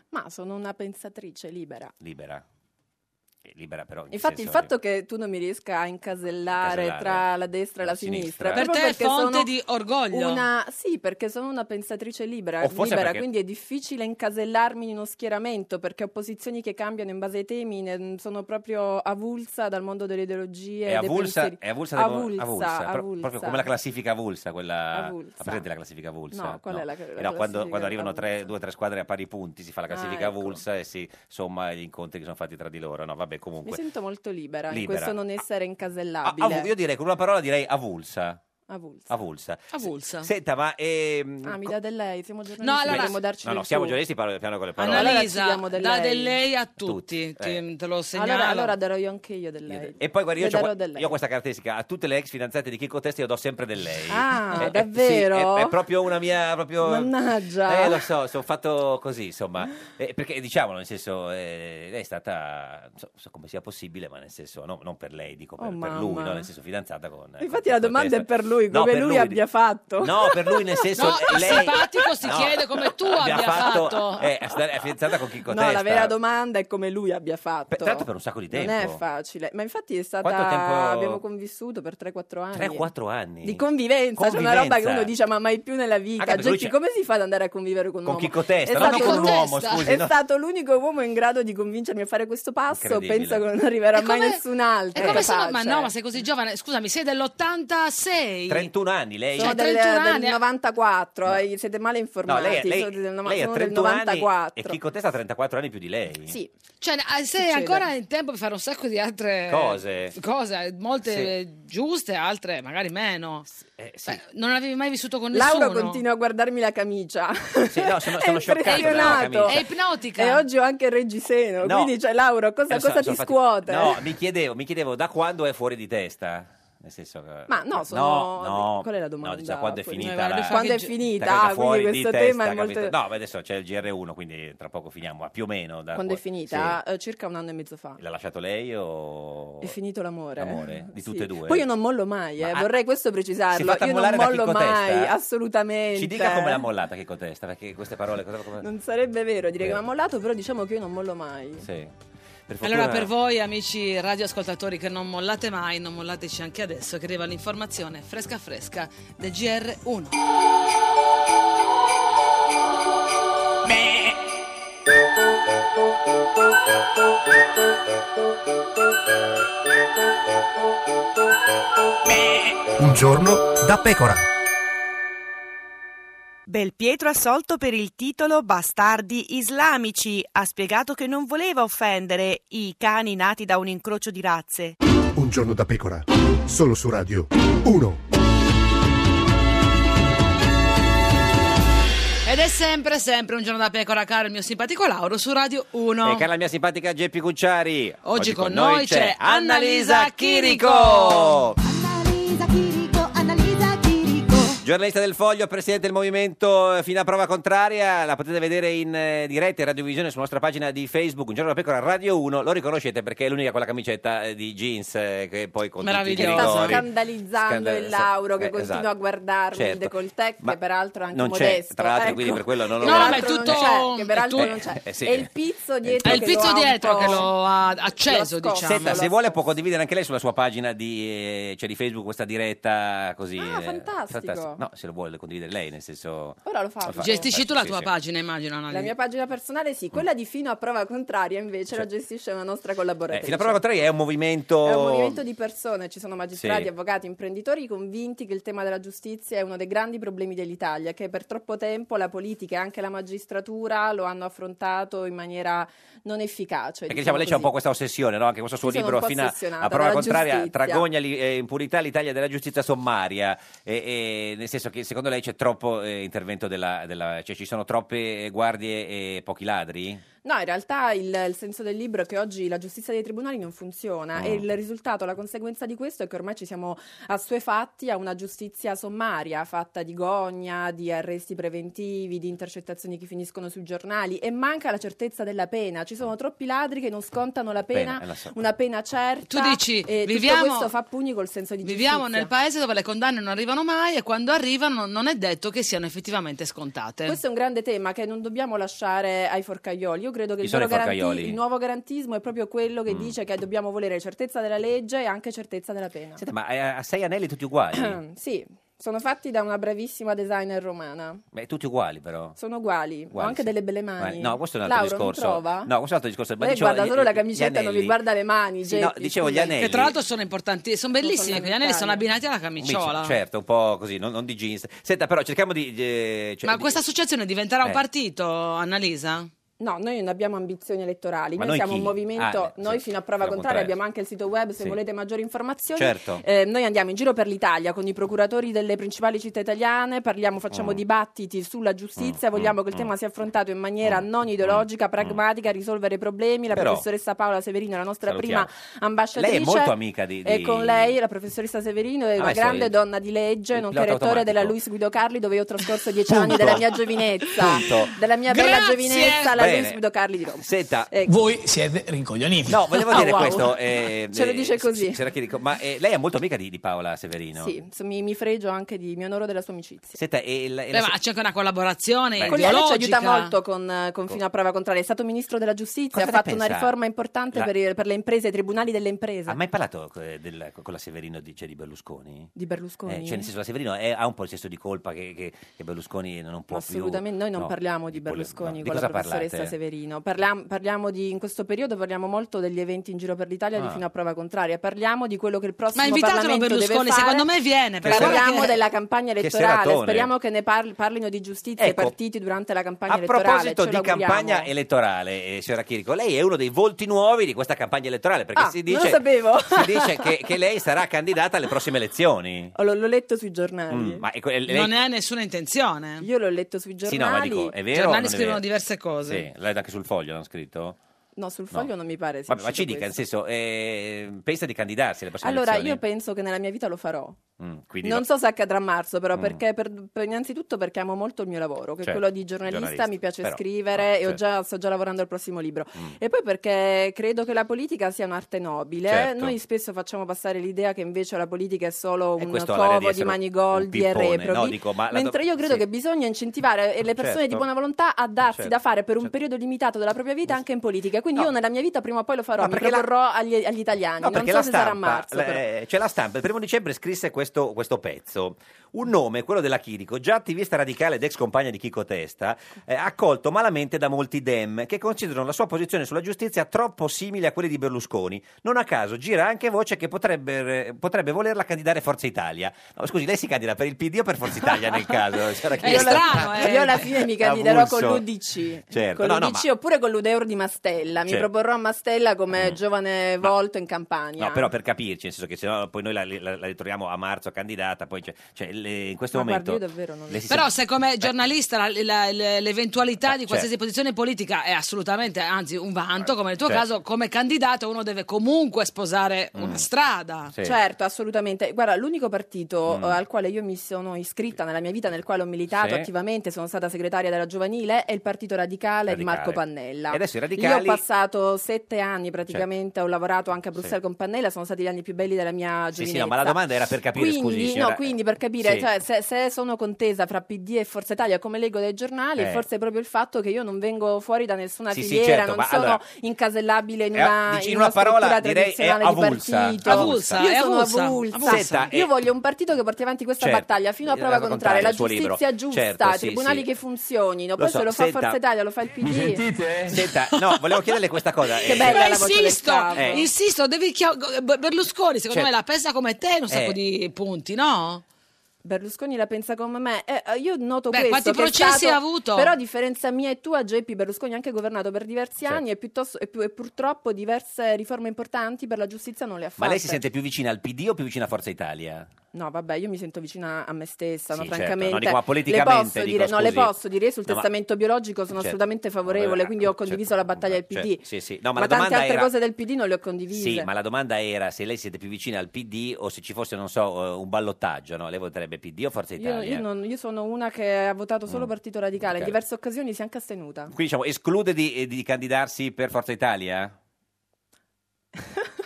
Ma sono una pensatrice libera.
libera. Eh, Libera però. nel
Infatti il
senso- eh,
fatto che tu non mi riesca a incasellare,
Incasellare.
tra la destra e la
Sinistra.
sinistra,
Per
proprio
te è
perché
fonte
sono
di orgoglio.
Una, sì, perché sono una pensatrice libera,
O forse
libera,
perché-
quindi è difficile incasellarmi in uno schieramento perché ho posizioni che cambiano in base ai temi, ne- mm, sono proprio avulsa dal mondo delle ideologie.
È
e dei
avulsa,
pensieri.
è avulsa, dal-
avulsa,
avulsa, pro-
avulsa.
proprio come la classifica avulsa, quella
Avulsa.
la presente la classifica avulsa.
No, qual è la- la
Eh no, quando,
classifica
quando arrivano tre, due o tre squadre a pari punti si fa la classifica
Ah, ecco.
avulsa e si somma gli incontri che sono fatti tra di loro. No, vabbè,
Mi
comunque.
sento molto libera, in
Libera.
questo non essere
Ah,
incasellabile.
avu- io direi con una parola direi avulsa.
Avulsa.
Avulsa.
Avulsa.
Senta, ma ehm,
Ah, mi
co-
dà del lei, siamo giornalisti,
No, allora-
dobbiamo darci
No,
del
no, siamo
tu.
giornalisti, parlo piano con le parole.
Annalisa,
Allora ci diamo del
dà
lei.
del lei a tutti,
Tutti, eh.
ti- te lo segnalo.
Allora, allora darò io anche io del lei.
E poi guarda, io,
Le
c'ho
darò
que-
del lei.
io ho questa caratteristica, a tutte le ex fidanzate di Chico Testa io do sempre del lei.
Ah,
Eh, eh,
davvero?
sì, è, è proprio una mia... Proprio...
Mannaggia.
Eh, lo so, sono fatto così, insomma. Eh, perché diciamolo, nel senso, eh, lei è stata, non so, non so come sia possibile, ma nel senso, no, non per lei, dico, per,
Oh,
per lui,
mamma.
no, nel senso, fidanzata con...
Infatti la domanda è per lui,
No,
come
per
lui,
lui,
abbia fatto.
No, per lui nel senso...
No,
eh,
il
lei...
simpatico si chiede come tu abbia fatto.
Eh, è stata- è fidanzata con Chico
No,
Testa.
la vera domanda è come lui abbia fatto.
Per- tra l'altro per un sacco di tempo.
Non è facile, ma infatti è stata
Quanto tempo-
abbiamo convissuto per 3-4 anni.
3-4 anni.
Di convivenza, c'è una
Convivenza.
roba che uno dice ma mai più nella
Anche
vita.
perché lui
Geppi,
c'è-
come si fa ad andare a convivere con un
Con
uomo?
Chico Testa,
È
no,
stato
con
l'unico-
l'uomo, scusi,
È
no.
stato l'unico uomo in grado di convincermi a fare questo passo,
Incredibile.
penso che non arriverà mai nessun altro.
E come sono?
capace.
Ma no, ma sei così giovane. Scusami, sei dell'86.
31 anni, lei...
Sono
Cioè,
del,
31
del
anni-
94, eh, siete male
No,
informati.
lei, lei-
sono del,
lei ha
sono del
31 anni
94.
e Chico Testa ha 34 anni più di lei.
Sì.
Cioè, ah, sei
Succede.
ancora in tempo per fare un sacco di altre
Cose.
cose, molte
Sì.
eh, giuste, altre magari meno.
Eh, sì.
Beh, non avevi mai vissuto con nessuno.
Laura continua a guardarmi la camicia.
Sì, no,
*laughs*
sono, sono scioccato dalla
Impressionato.
camicia.
ipnotica.
E oggi ho anche il reggiseno.
No.
Quindi, cioè, Laura, cosa,
Eh, so-
cosa
sono
ti
fatti-
scuote?
No, mi chiedevo, mi chiedevo da quando è fuori di testa? Nel senso che- Eh,
Ma no, sono-
no,
qual è la
no,
domanda?
diciamo, quando è
Poi-
finita
Eh, guarda,
la-
fa Quando è che- finita? Ah,
fuori
quindi
di
questo tema
testa,
è molto-
capito? No, ma adesso c'è il GR1, quindi tra poco finiamo, ma più o meno. da-
*laughs* Quando è finita?
Sì.
Eh, circa un anno e mezzo fa.
L'ha lasciato lei o...
È finito l'amore.
L'amore, di
Sì.
tutte e due.
Poi io non mollo mai, eh,
Ma-
vorrei
Si
questo
è
precisarlo.
fatta
Io non
mollare da
mollo
Chico
mai,
Testa?
assolutamente.
Ci dica come l'ha mollata che contesta, perché queste parole... Cosa, come...
Non sarebbe vero dire che
Vero.
mi ha mollato, però diciamo che io non mollo mai.
Sì. Per fortuna-
Allora, per voi, amici radioascoltatori che non mollate mai, non mollateci anche adesso, che arriva l'informazione fresca fresca del GR1.
Un giorno da pecora.
Belpietro assolto per il titolo Bastardi islamici. Ha spiegato che non voleva offendere i cani nati da un incrocio di razze.
Un giorno da pecora. Solo su Radio 1.
Ed è sempre, sempre un giorno da pecora, caro il mio simpatico Lauro su Radio 1.
E cara la mia simpatica Geppi Cucciari.
Oggi con noi c'è Annalisa
Chirico.
Annalisa Chirico, Annalisa Chirico.
Giornalista del Foglio, presidente del movimento eh, Fino a prova contraria. La potete vedere in eh, diretta in radiovisione sulla nostra pagina di Facebook. Un giorno da pecora Radio 1. Lo riconoscete perché è l'unica con la camicetta eh, di jeans eh, che poi con tutti i
Che sta
territori.
scandalizzando
Scandal-
il Lauro che
eh,
continua
esatto.
a guardarmi
Certo.
il decolleté che
Ma
peraltro è anche
non c'è,
modesto
tra l'altro,
ecco.
quindi per quello
*laughs*
non lo
Che
guardo.
peraltro
No, ma è tutto-
non c'è, che peraltro
eh,
non c'è
eh, sì.
è il pizzo dietro
È il
che
pizzo
lo ha un
dietro
po'-
che lo ha acceso,
Lo
diciamo.
Senta, se vuole può condividere anche lei sulla sua pagina di, eh, cioè di Facebook questa diretta così.
Ah,
eh,
fantastico.
No, se lo vuole condividere lei, nel senso...
Ora lo faccio.
fa- eh,
Gestisci tu la
sì,
tua
sì.
pagina, immagino, Annalisa.
la mia pagina personale sì quella di fino a prova contraria invece la gestisce una nostra
Eh,
collaboratrice
fino a prova contraria è un movimento...
È un movimento di persone, ci sono magistrati,
Sì.
avvocati, imprenditori convinti che il tema della giustizia è uno dei grandi problemi dell'Italia, che per troppo tempo la politica e anche la magistratura lo hanno affrontato in maniera non efficace.
Perché diciamo, lei c'è un po' questa ossessione, no? anche questo suo
Sì, sono
libro,
un po'
fino a- a,
ossessionata
prova
dalla
contraria,
giustizia.
Tragogna li- eh, impurità l'Italia della giustizia sommaria, E- e nel senso che secondo lei c'è troppo eh, intervento della, della- cioè ci sono troppe guardie e eh, pochi ladri?
No, in realtà il, il senso del libro è che oggi la giustizia dei tribunali non funziona e il risultato, la conseguenza di questo è che ormai ci siamo assuefatti a una giustizia sommaria fatta di gogna, di arresti preventivi, di intercettazioni che finiscono sui giornali e manca la certezza della pena. Ci sono troppi ladri che non scontano la pena,
Pena, eh, lo so.
una pena certa.
Tu dici,
e eh, tutto
viviamo-
questo fa pugni col senso di giustizia.
Viviamo nel paese dove le condanne non arrivano mai e quando arrivano non è detto che siano effettivamente scontate.
Questo è un grande tema che non dobbiamo lasciare ai forcaioli. Io credo che
Chi
il,
sono
vero
i
garanti-
forcaioli?
il nuovo garantismo è proprio quello
Mm.
che dice che dobbiamo volere certezza della legge e anche certezza della pena. *clears throat*
Senta, ma eh, a sei anelli tutti uguali?
sì, sono fatti da una bravissima designer romana.
Beh, tutti uguali però.
Sono uguali,
Uguali,
ho anche
sì.
delle belle
Ma-
mani.
no, questo è un altro
Lauro, non
discorso.
trova?
No, questo è un altro discorso. Ma
Lei
dicevo,
Eh, guarda
gli-
solo la
gli
camisetta, non
anelli.
mi guarda le mani.
Sì, no,
Geppi,
dicevo, gli
scusa.
anelli.
Che tra l'altro sono importanti, sono bellissimi, quegli anelli sono abbinati alla
Un
camicciola.
bici- Certo, un po' così, non, non di jeans. Senta, però cerchiamo di... eh, cioè,
Ma
di-
questa associazione diventerà un
Eh.
partito, Annalisa?
No, noi non abbiamo ambizioni elettorali,
Ma
noi,
noi
siamo
chi?
un movimento,
Ah, beh,
noi fino a prova contraria
fino a contrario.
abbiamo anche il sito web se
Sì.
volete maggiori informazioni.
Certo.
Eh, noi andiamo in giro per l'Italia con i procuratori delle principali città italiane, parliamo, facciamo
Mm.
dibattiti sulla giustizia, vogliamo che il tema sia affrontato in maniera non ideologica, pragmatica, risolvere i problemi. La
Però-
professoressa Paola Severino è la nostra
Salutiamo.
prima ambasciatrice.
Lei è molto amica di...
E
di-
con lei la professoressa Severino è
Ah,
una
beh, so,
grande
il-
donna di legge, nonché
pilota
rettore
automatico.
della Luis Guido Carli, dove io ho trascorso dieci anni
Punto.
della mia giovinezza.
Punto.
Della mia bella
Grazie.
giovinezza, la
Bene.
Luis Guido Carli di Roma.
Senta,
Eh,
Voi siete rincoglioniti.
No, volevo dire
Oh, wow.
questo. eh,
*laughs* Ce lo
eh,
dice così.
c'era chi dico- ma eh, lei è molto amica di, di Paola Severino?
Sì, insomma, mi, mi fregio anche di, mi onoro della sua amicizia.
Senta, e la- e
Beh,
la-
ma ah, c'è anche una collaborazione
Con lei ci
ideologica.
aiuta molto con, eh, con Fino a Prova Contraria. È stato ministro della giustizia,
Cosa
ha
ne
fatto una
pensa?
riforma importante
La-
per, i- per le imprese, i tribunali delle imprese.
ha mai parlato eh, del- con la Severino di, cioè, di Berlusconi?
Di Berlusconi?
Eh, cioè, nel senso, la Severino è- ha un po' il senso di colpa che, che- che Berlusconi non può più.
Assolutamente, noi non
no.
parliamo di Berlusconi
no, di
con la
cosa
professoressa
parlate?
Severino, parliamo, parliamo di, in questo periodo parliamo molto degli eventi in giro per l'Italia di
Ah.
fino a prova contraria, parliamo di quello che il prossimo
Ma invitatelo
Parlamento
Berlusconi,
deve fare,
secondo me viene. perché
parliamo
guarda che-
della campagna
che
elettorale,
seratone.
speriamo che ne parli- parlino di giustizia i
Ecco,
partiti durante la campagna
A
elettorale.
proposito
ce
di
lo auguriamo.
campagna elettorale, eh, signora Chirico, lei è uno dei volti nuovi di questa campagna elettorale perché
Ah,
si
non lo
dice,
sapevo.
si dice che, che lei sarà candidata alle prossime elezioni.
Oh, L'ho, l'ho letto sui giornali.
Mm, ma ecco, eh, lei-
Non ne ha nessuna intenzione.
Io l'ho letto sui
Sì, no, ma
giornali.
dico, è vero
I
o non
giornali
è
scrivono
vero?
diverse cose.
Sì, lei anche sul foglio l'hanno scritto?
*laughs* No, sul foglio non mi pare. sia
Vabbè, ma ci
uscito
dica, nel
questo.
senso, eh, pensa di candidarsi alle prossime
Allora, io
elezioni?
penso che nella mia vita lo farò.
Mm, quindi
non
va-
so se accadrà a marzo, però,
Mm. Cioè,
perché per- per- innanzitutto perché amo molto il mio lavoro, che è
Certo,
quello di giornalista,
giornalista,
mi piace
però,
scrivere e
no,
ho
certo.
già- sto già lavorando al prossimo libro.
Mm.
E poi perché credo che la politica sia un'arte nobile.
Certo.
Noi spesso facciamo passare l'idea che invece la politica è solo un
questo ha l'aria di
covo di
essere un-
manigoldi
un
e
pippone.
reprobi.
No, dico, ma la do-
Mentre io credo
sì.
che bisogna incentivare eh, le persone
Certo.
di buona volontà a darsi
Certo,
da fare per un periodo limitato della propria vita anche in politica. Quindi io nella mia vita prima o poi lo farò, mi
perché la-
proporrò agli, agli italiani.
No,
non
perché
so
la
se sarà a
stampa,
marzo.
la-
però.
eh, cioè la stampa, il primo dicembre scrisse questo, questo pezzo. Un nome, quello della Chirico, già attivista radicale ed ex compagna di Chico Testa, eh, accolto malamente da molti dem che considerano la sua posizione sulla giustizia troppo simile a quella di Berlusconi. Non a caso gira anche voce che potrebbe, potrebbe volerla candidare Forza Italia. No, scusi, lei si candida per il PD o per Forza Italia nel caso?
*laughs*
signora Chirico? eh.
Io alla fine mi candiderò con
Avulso.
l'UDC.
Certo,
Con
no, no,
l'UDC
ma-
oppure con l'Udeur di Mastella. Mi
Certo. Mm.
proporrò a Mastella come giovane volto in Campania.
No, però per capirci, nel senso che sennò poi noi la, la- la ritroviamo a marzo candidata, poi c'è- cioè, le- in questo
Ma guardi,
momento...
io davvero non-
le si- Eh.
Però se come giornalista la- la- la- l'eventualità di qualsiasi
certo.
posizione politica è assolutamente, anzi un vanto, come nel tuo
certo. Mm.
caso, come candidato uno deve comunque sposare una strada.
Sì. Mm.
Certo, assolutamente. Guarda, l'unico partito eh, al quale io mi sono iscritta nella mia vita, nel quale ho militato
Sì.
attivamente, sono stata segretaria della giovanile, è il Partito Radicale, di
Radicale.
Marco Pannella.
E adesso i
Io ho
radicali-
passato sette anni praticamente, ho lavorato anche a Bruxelles con Pannella, sono stati gli anni più belli della mia giovinezza.
Sì, sì, no, ma la domanda era per capire,
quindi,
scusi,
no,
signora-
quindi per capire,
Sì.
cioè, se, se sono contesa fra PD e Forza Italia, come leggo dai giornali,
Eh.
forse è proprio il fatto che io non vengo fuori da nessuna
Sì, sì,
filiera,
certo,
non
ma
sono
allora-
incasellabile in
Eh,
una,
dici, in
una
una parola,
struttura
direi, è
tradizionale
avulsa.
di partito.
Avulsa,
Io
è
sono
avulsa,
avulsa.
avulsa. Senta,
Io
eh,
voglio un partito che porti avanti questa
Certo,
battaglia fino a
eh,
prova
al
contraria, la
contrario, il suo
giustizia
libro.
giusta,
Certo,
i
sì,
tribunali
sì.
che funzionino,
Lo
poi
so,
se lo fa
senta-
Forza Italia, lo fa il PD.
*laughs* Senta, no, volevo chiederle questa cosa. eh,
Che bella
Ma
la voce del
insisto,
cavo. Eh.
insisto, devi chia- Ber- Berlusconi, secondo
Certo.
me la pensa come te in un sacco
Eh.
di punti, no?
Berlusconi la pensa come me. Eh, eh, io noto
Beh,
questo.
quanti
che è
processi
stato-
ha avuto?
Però a differenza mia e tua, JP Berlusconi ha anche governato per diversi
Certo.
anni e, piuttosto- e pu- e purtroppo diverse riforme importanti per la giustizia non le ha fatte.
Ma lei si sente più vicina al PD o più vicina a Forza Italia?
No, vabbè, io mi sento vicina a me stessa, no,
Sì, certo.
francamente.
No, dico, ma
le
politicamente, dico,
posso dire, no, le
scusi.
posso dire, io sul
No, ma-
testamento biologico sono
Certo.
assolutamente favorevole,
Vabbè,
quindi ho condiviso la battaglia del PD.
Certo, sì, sì. No, ma
ma
la
tante
domanda
altre
era-
cose del cioè. PD non le ho condivise.
Sì, ma la domanda era se lei siete più vicina al PD o se ci fosse, non so, eh, un ballottaggio, no? Lei voterebbe PD o Forza
Io,
Italia?
io non- io sono una che ha votato solo
eh. Mm.
Partito Radicale, in
Ok.
diverse occasioni si è anche astenuta.
Quindi diciamo, esclude di, eh, di candidarsi per Forza Italia?
*laughs*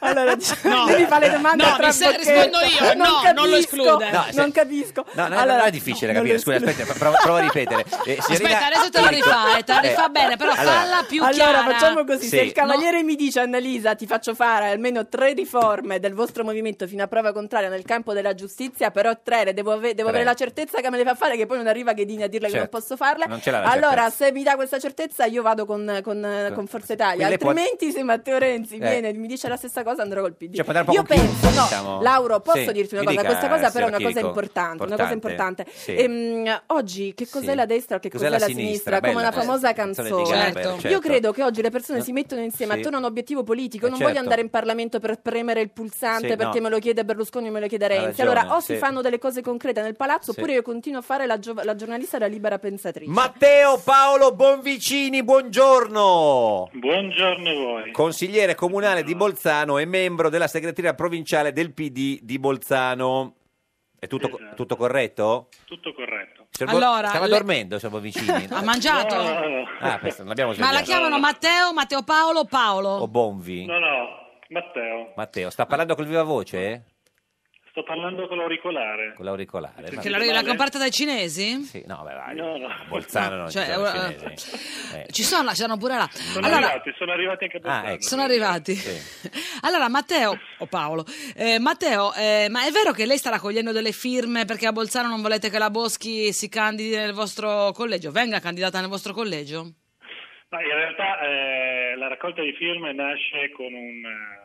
Allora, diciamo, devi fare le domande
No,
a
mi sa-
trabocchetto.
rispondo io,
Non
no, non lo
capisco,
esclude.
No, se-
non capisco.
No, no,
Allora,
non è difficile
non lo
capire, scusa, aspetta, prova, prova a ripetere. Eh, signorina
Aspetta, adesso te la
Pinto,
rifà, eh, te la
eh,
rifà bene, però
allora,
falla più
allora
chiara.
facciamo così se
Sì.
il cavaliere mi dice Annalisa ti faccio fare almeno tre riforme del vostro movimento fino a prova contraria nel campo della giustizia però tre le devo, ave-
Tre.
devo avere la certezza che me le fa fare che poi non arriva Ghedini a dirle che
Certo.
non posso farle
Non ce l'ha la
allora
certezza.
se mi dà questa certezza io vado con, con, con Forza
Quindi
Italia
lei Eh, può-
altrimenti se Matteo Renzi
Eh.
viene e mi dice la stessa cosa andrò col PD
Cioè, può andare un po' con
io
chiunque,
penso no
diciamo.
Lauro posso
Sì,
dirti una
mi
cosa
dica, eh,
questa cosa però è
signor
una cosa
Chirico,
importante una cosa
importante,
importante
sì.
Ehm, oggi che cos'è
Sì.
la destra che cos'è, la, sinistra, come
Bella
una
questa
famosa
canzone
canzone
di Gerber, Certo.
io
certo.
credo che oggi le persone si mettono insieme
Sì.
attorno a un obiettivo politico
Eh,
non voglio
certo.
andare in Parlamento per premere il pulsante
Sì,
perché
no.
me lo chiede Berlusconi o me lo chiede
Ha
Renzi
ragione,
allora o si
sì.
fanno delle cose concrete nel palazzo
Sì.
oppure io continuo a fare la, giov- la giornalista e la libera pensatrice
Matteo Paolo Bonvicini, buongiorno.
Buongiorno a voi.
Consigliere comunale di Bolzano e membro della segreteria provinciale del PD di Bolzano. È tutto,
Esatto.
tutto corretto?
Tutto corretto.
Signor Bo-
Allora,
stava
le-
dormendo, signor
*laughs*
Bonvicini.
Ha mangiato?
Ah, questo non l'abbiamo
Ma la
svegliato.
chiamano Matteo, Matteo Paolo, Paolo.
O Bonvi?
No, no, Matteo,
Matteo, sta parlando col viva voce?
sto parlando con l'auricolare.
Con l'auricolare?
Che
Ma-
la, la comparta dai cinesi?
Sì, no, beh, vai.
No, no.
A Bolzano non
Cioè,
ci sono
ora-
i cinesi. Eh.
Ci sono, c'erano pure là.
Sono
Allora,
arrivati, sono arrivati anche a Bolzano.
Ah, ecco.
sono arrivati.
Sì.
Allora, Matteo, o Paolo, eh, Matteo, eh, ma è vero che lei sta raccogliendo delle firme perché a Bolzano non volete che la Boschi si candidi nel vostro collegio? Venga candidata nel vostro collegio?
Ma in realtà eh, la raccolta di firme nasce con un, eh,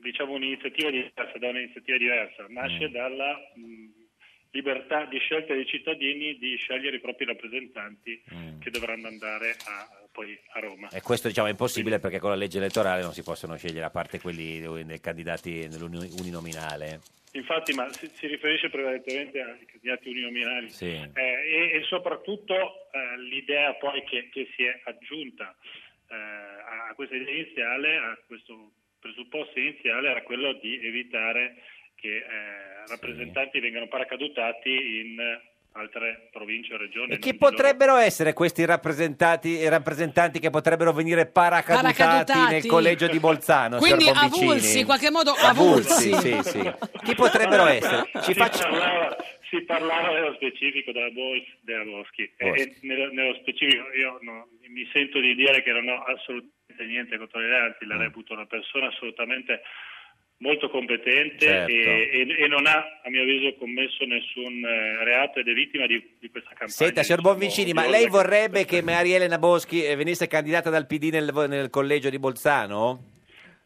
diciamo un'iniziativa diversa, da un'iniziativa diversa,
Mm.
nasce dalla mh, libertà di scelta dei cittadini di scegliere i propri rappresentanti che dovranno andare a- poi a Roma.
Mm. E questo diciamo è impossibile perché con la legge elettorale non si possono scegliere a parte quelli dei candidati nell'uninominale.
Infatti, ma si, si riferisce prevalentemente ai candidati uninominali
Sì.
Eh, e, e soprattutto eh, l'idea poi che, che si è aggiunta eh, a a questa idea iniziale, a questo presupposto iniziale, era quello di evitare che eh, rappresentanti vengano paracadutati in eh, altre province o regioni.
E chi
non di loro.
potrebbero essere questi rappresentati, eh, rappresentanti che potrebbero venire paracadutati,
Paracadutati.
nel collegio di Bolzano?
Quindi
Ah, signor Bonvicini?
avulsi, in qualche modo
Avulsi, sì,
avulsi.
sì. Chi potrebbero essere?
Si, parlava, si parlava nello specifico della, Bol- della Boschi, E-
Boschi.
e nello, nello specifico io no- mi sento di dire che non ho assolutamente niente contro lei, anzi
Mm.
la reputo una persona assolutamente molto competente
Certo.
e, e- e non ha a mio avviso commesso nessun eh, reato ed è vittima di, di questa campagna.
Senta, signor
diciamo,
Bonvicini,
di
ma
odio
lei
che-
vorrebbe che Maria Elena Boschi eh, venisse candidata dal PD nel, nel collegio di Bolzano?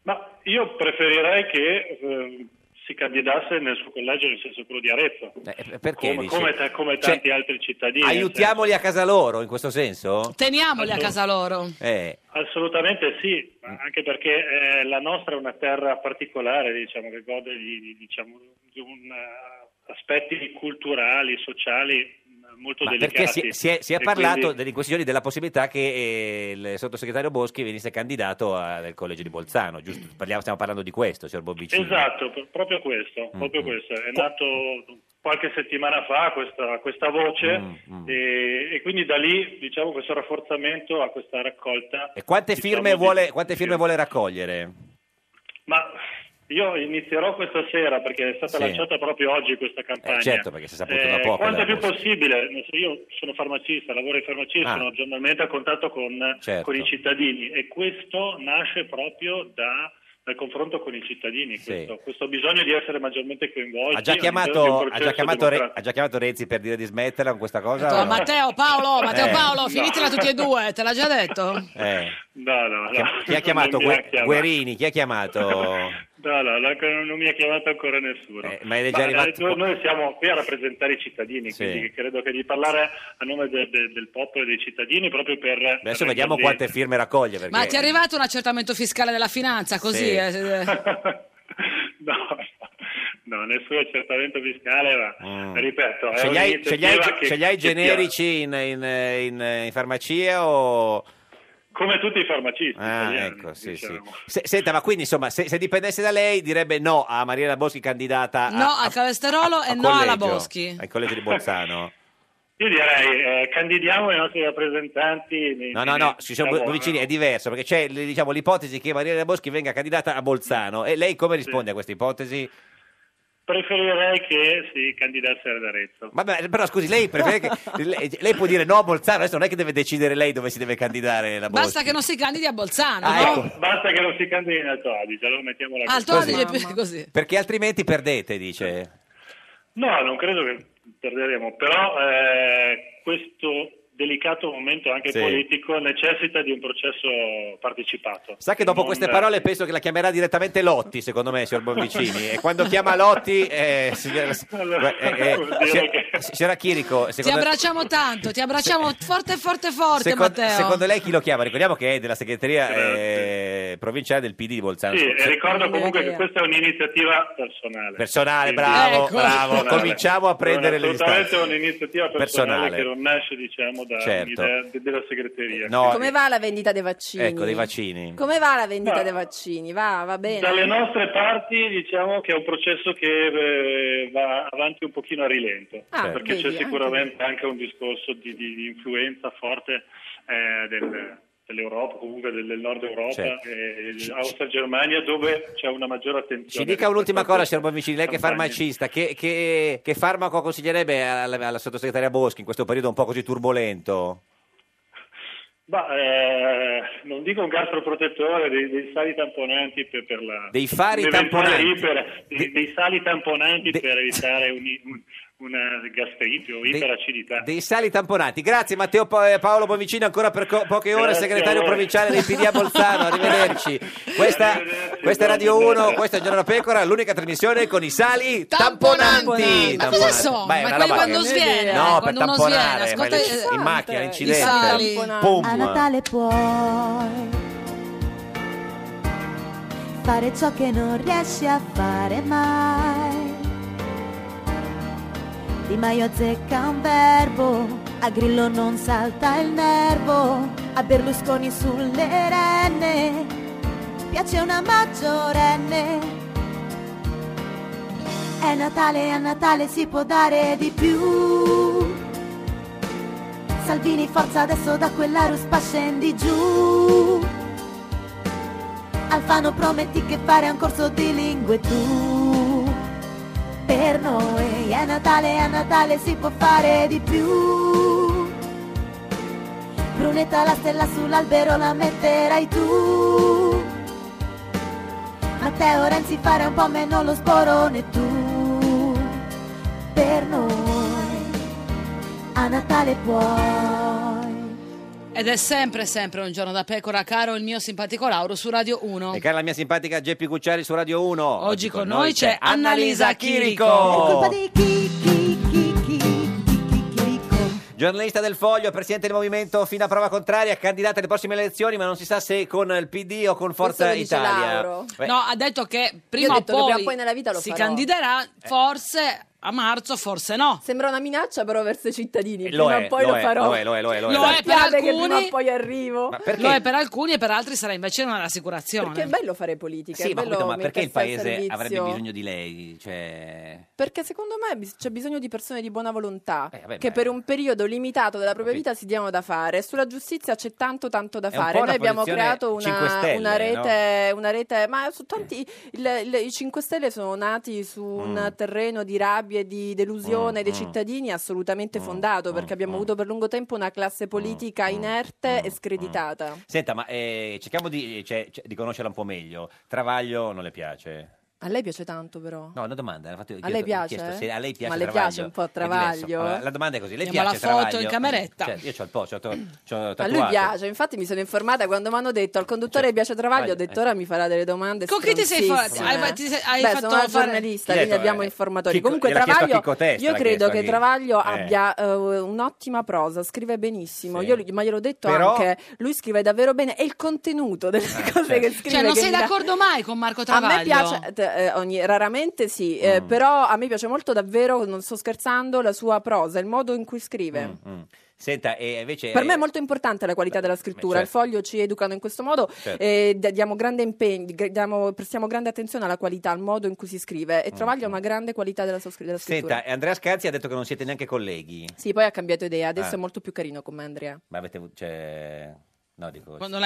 Ma io preferirei che eh, si candidasse nel suo collegio, nel senso quello di Arezzo,
Eh, Perché?
come,
dice?
come ta- come
Cioè,
tanti altri cittadini. nel
Aiutiamoli a casa loro, in questo senso?
Teniamoli a casa loro.
Eh,
Assolutamente sì,
Mm.
ma anche perché eh, la nostra è una terra particolare, diciamo, che gode di, di- diciamo, di un, eh, aspetti culturali, sociali mh, molto
ma
delicati.
perché si, si è, si è
E
parlato
quindi-
degli- in questi giorni della possibilità che eh, il sottosegretario Boschi venisse candidato a- nel collegio di Bolzano, giusto? Parliamo- stiamo parlando di questo, signor Bonvicini.
Esatto, pro- proprio questo,
Mm,
proprio questo. È nato qualche settimana fa questa, questa voce
Mm,
E, e quindi da lì diciamo questo rafforzamento a questa raccolta.
E quante
diciamo,
firme,
di-
vuole, quante firme vuole raccogliere?
Ma io inizierò questa sera perché è stata
Sì.
lanciata proprio oggi questa campagna.
Eh, certo, perché si è saputo da
Eh,
poco
Quanto
della
più
borsa.
possibile, nel senso, io sono farmacista, lavoro in farmacia,
Ah.
sono giornalmente a contatto con,
Certo.
con i cittadini e questo nasce proprio da- dal confronto con i cittadini, questo, questo bisogno di essere maggiormente coinvolti.
Ha già,
all'interno di un
chiamato, ha,
processo
già chiamato Re-
democratico.
ha già chiamato Renzi per dire di smetterla con questa cosa?
Oh,
o no?
Matteo Paolo, Matteo
Eh.
Paolo,
No.
finitela tutti e due, te l'ha già
*laughs*
detto?
Eh.
No, no,
Chi ha,
no.
chi ha chiamato?
Non mi ha
Gue-
chiamato.
Guerini, chi ha chiamato?
No, no, no, non mi ha chiamato ancora nessuno.
Eh, ma è già
eh,
arrivato-
noi- Noi siamo qui a rappresentare i cittadini,
Sì.
quindi credo che di parlare a nome de- de- del popolo e dei cittadini proprio per...
Adesso vediamo
*laughs*
quante firme raccoglie. Perché...
Ma ti è arrivato un
*laughs*
eh, accertamento fiscale della finanza, così?
Sì.
eh, eh.
No, no, No, nessun accertamento fiscale, ma
Mm.
ripeto, è
Ce li hai, ce li hai-
un'iniziativa Cioè, che-
ce li hai
che
generici in, in, in- in farmacia o...
piace. Come tutti i farmacisti.
Ah,
italiani,
ecco, sì, sì.
diciamo.
Se- senta, ma quindi insomma, se, se dipendesse da lei direbbe no a Mariela Boschi candidata a-
No
a-
al colesterolo
a
e no alla
collegio,
Boschi.
Al collegio di
*laughs*
Bolzano.
Io direi, eh, candidiamo i nostri rappresentanti. nei-
No, no, no, ci sono
da
due
buono.
vicini, è diverso perché c'è l- diciamo, l'ipotesi che Mariela Boschi venga candidata a Bolzano e lei come risponde a questa ipotesi?
Preferirei che si candidasse ad Arezzo.
Vabbè, però scusi, lei, prefere
*laughs*
che- lei, lei può dire no a Bolzano, adesso non è che deve decidere lei dove si deve candidare la Boschi.
Basta che non si candidi a Bolzano,
Ah,
no?
ecco.
Basta che non si candidi in Alto Adige, allora mettiamo la
Alto
Così.
Adige è più così.
Perché altrimenti perdete,
Eh.
dice.
No, non credo che perderemo, però eh, questo delicato momento anche
Sì.
politico necessita di un processo partecipato.
Sa che dopo
Non-
queste parole penso che la chiamerà direttamente Lotti, secondo me, signor Bonvicini. e quando chiama Lotti, eh, signor,
Allora,
eh, eh,
vuol dire
signor- signora Chirico,
Ti
secondo,
abbracciamo tanto, ti abbracciamo forte, forte, forte,
secondo-
Matteo.
secondo lei chi lo chiama? Ricordiamo che è della segreteria eh, provinciale del PD di Bolzano.
Certo. eh, Sì, e
Se-
ricordo comunque che questa è un'iniziativa personale.
Personale, bravo,
Ecco.
bravo.
Personale.
Cominciamo a prendere le
Assolutamente
distanze.
un'iniziativa personale,
Personale.
che non nasce, diciamo, da
Certo.
un'idea de- della segreteria.
No,
Come va la vendita dei vaccini?
ecco, dei vaccini.
Come va la vendita dei vaccini? Va, va bene.
Dalle nostre parti diciamo che è un processo che eh, va avanti un pochino a rilento,
Ah,
perché
vedi,
c'è
anche
sicuramente anche un discorso di, di- di influenza forte eh, del- dell'Europa, comunque del, del nord Europa,
Certo.
e Austria Germania, dove c'è una maggiore
Ci
attenzione.
dica un'ultima cosa, signor Bonvicini, lei che è
Campagne.
farmacista, che, che- che farmaco consiglierebbe alla, alla sottosegretaria Boschi in questo periodo un po' così turbolento?
Ma, eh, non dico un gastroprotettore, dei, dei sali tamponanti per, per la...
Dei fari
un'eventuale
tamponanti.
iper- dei, dei sali tamponanti per evitare un- un- una gastrite o iperacidità.
Dei sali tamponati. Grazie Matteo Pa- eh, Paolo Bonvicini ancora per co- poche ore,
Grazie
segretario
a voi.
provinciale del PD a Bolzano. Arrivederci. Questa, questa è Radio 1, questa è Giorno da Pecora, l'unica trasmissione con i sali tamponanti.
Tamponanti. Ma cosa sono?
Beh,
Ma
una
quelli
roba
quando
che-
sviene,
No,
quando
per
uno sviene,
tamponare, fai
ascolta-
le- in macchina,
I sali.
l'incidente. Pum.
A Natale puoi fare ciò che non riesci a fare mai. Di Maio azzecca un verbo, a Grillo non salta il nervo, a Berlusconi sulle renne, piace una maggiorenne. È Natale, a Natale si può dare di più. Salvini forza adesso da quella ruspa scendi giù Alfano prometti che fare un corso di lingue tu Per noi è Natale, a Natale si può fare di più Brunetta la stella sull'albero la metterai tu Matteo Renzi fare un po' meno lo sborone tu Per noi a Natale puoi.
Ed è sempre, sempre un giorno da pecora, caro il mio simpatico Lauro su Radio 1.
E cara la mia simpatica Geppi Cucciari su Radio 1. Oggi,
con noi c'è Annalisa Chirico. È
Oh.
colpa di
Giornalista del Foglio, presidente del movimento fino a prova contraria, candidata alle prossime elezioni, ma non si sa se con il PD o con Forza
lo dice
Italia. Eh,
Lauro.
Beh,
No, ha detto che
Io
prima
ho
o
detto che prima
poi,
o poi nella vita lo
si
farò.
Eh.
candiderà, forse a marzo, forse no.
Sembra una minaccia però verso i cittadini.
Lo
prima
è,
o poi
lo
lo,
è,
farò.
lo è, lo è, lo è, lo è.
Lo è per
Sappiate che prima
alcuni,
o poi arrivo.
Ma perché?
lo è per alcuni e per altri sarà invece una rassicurazione.
Perché è bello fare politica.
sì,
è
ma,
bello
capito, ma perché il
mettersi al
paese
servizio.
avrebbe bisogno di lei? Cioè...
Perché secondo me bis- c'è bisogno di persone di buona volontà
Eh, vabbè,
che
ma-
per un periodo limitato della propria
Capito.
vita si diano da fare. Sulla giustizia c'è tanto tanto da
È un po'
fare.
una
Noi abbiamo
posizione
creato
Cinque
una,
Stelle, Eh.
una rete, una rete, ma su tanti il- il- i 5 Stelle sono nati su un
Mm.
terreno di rabbia e di delusione dei cittadini assolutamente
Mm,
fondato, perché abbiamo avuto per lungo tempo una classe politica inerte
mm,
e screditata.
Senta, ma eh, cerchiamo di, cioè, c- di conoscerla un po' meglio. Travaglio non le piace?
A lei piace tanto però.
No, una domanda. ho fatto- ho
A lei
chiesto- ho
piace,
chiesto
eh?
se a lei piace
Ma le piace
Travaglio.
un po'
È diverso.
Travaglio,
Allora,
eh?
la domanda è così: le
Vediamo
piace
la foto
Travaglio?
in cameretta.
Cioè, io ho il po', c'ho, c'ho, c'ho
A
tatuato.
lui piace, infatti mi sono informata quando mi hanno detto al conduttore
Cioè,
piace Travaglio, ho detto ora mi farà delle domande.
Con chi ti sei
stronzissime".
fa- hai fa- ti sei- hai
Beh,
fatto
sono una
fare-
giornalista,
Chi è
quindi
che-
abbiamo informatori.
Chico-
Comunque
gliel'ha chiesto a
Travaglio,
Chico Testa,
io
l'ha
credo
chiesto a
che
chi?
Travaglio
Eh.
abbia eh, un'ottima prosa, scrive benissimo,
Sì.
Io gli- ma gliel'ho detto
Però- Eh, certo.
anche, lui scrive davvero bene e il contenuto delle cose che scrive.
Cioè, non
che
sei
mi dà-
d'accordo mai con Marco
a
Travaglio?
me piace, t- eh, ogni- raramente sì, eh,
Mm.
però a me piace molto davvero, non sto scherzando, la sua prosa, il modo in cui scrive.
Mm. Senta, e invece...
Per me è
eh,
molto importante la qualità della scrittura,
certo.
il foglio ci educano in questo modo
Certo.
e d- diamo grande impegno, gr- diamo- prestiamo grande attenzione alla qualità, al modo in cui si scrive e Travaglio ha una grande qualità della, sua scr- della scrittura.
Mm, Senta, eh. Andrea Scanzi ha detto che non siete neanche colleghi.
Sì, poi ha cambiato idea, adesso
Ah.
è molto più carino con me Andrea.
Ma avete... Cioè... No, dico...
Quando l'ha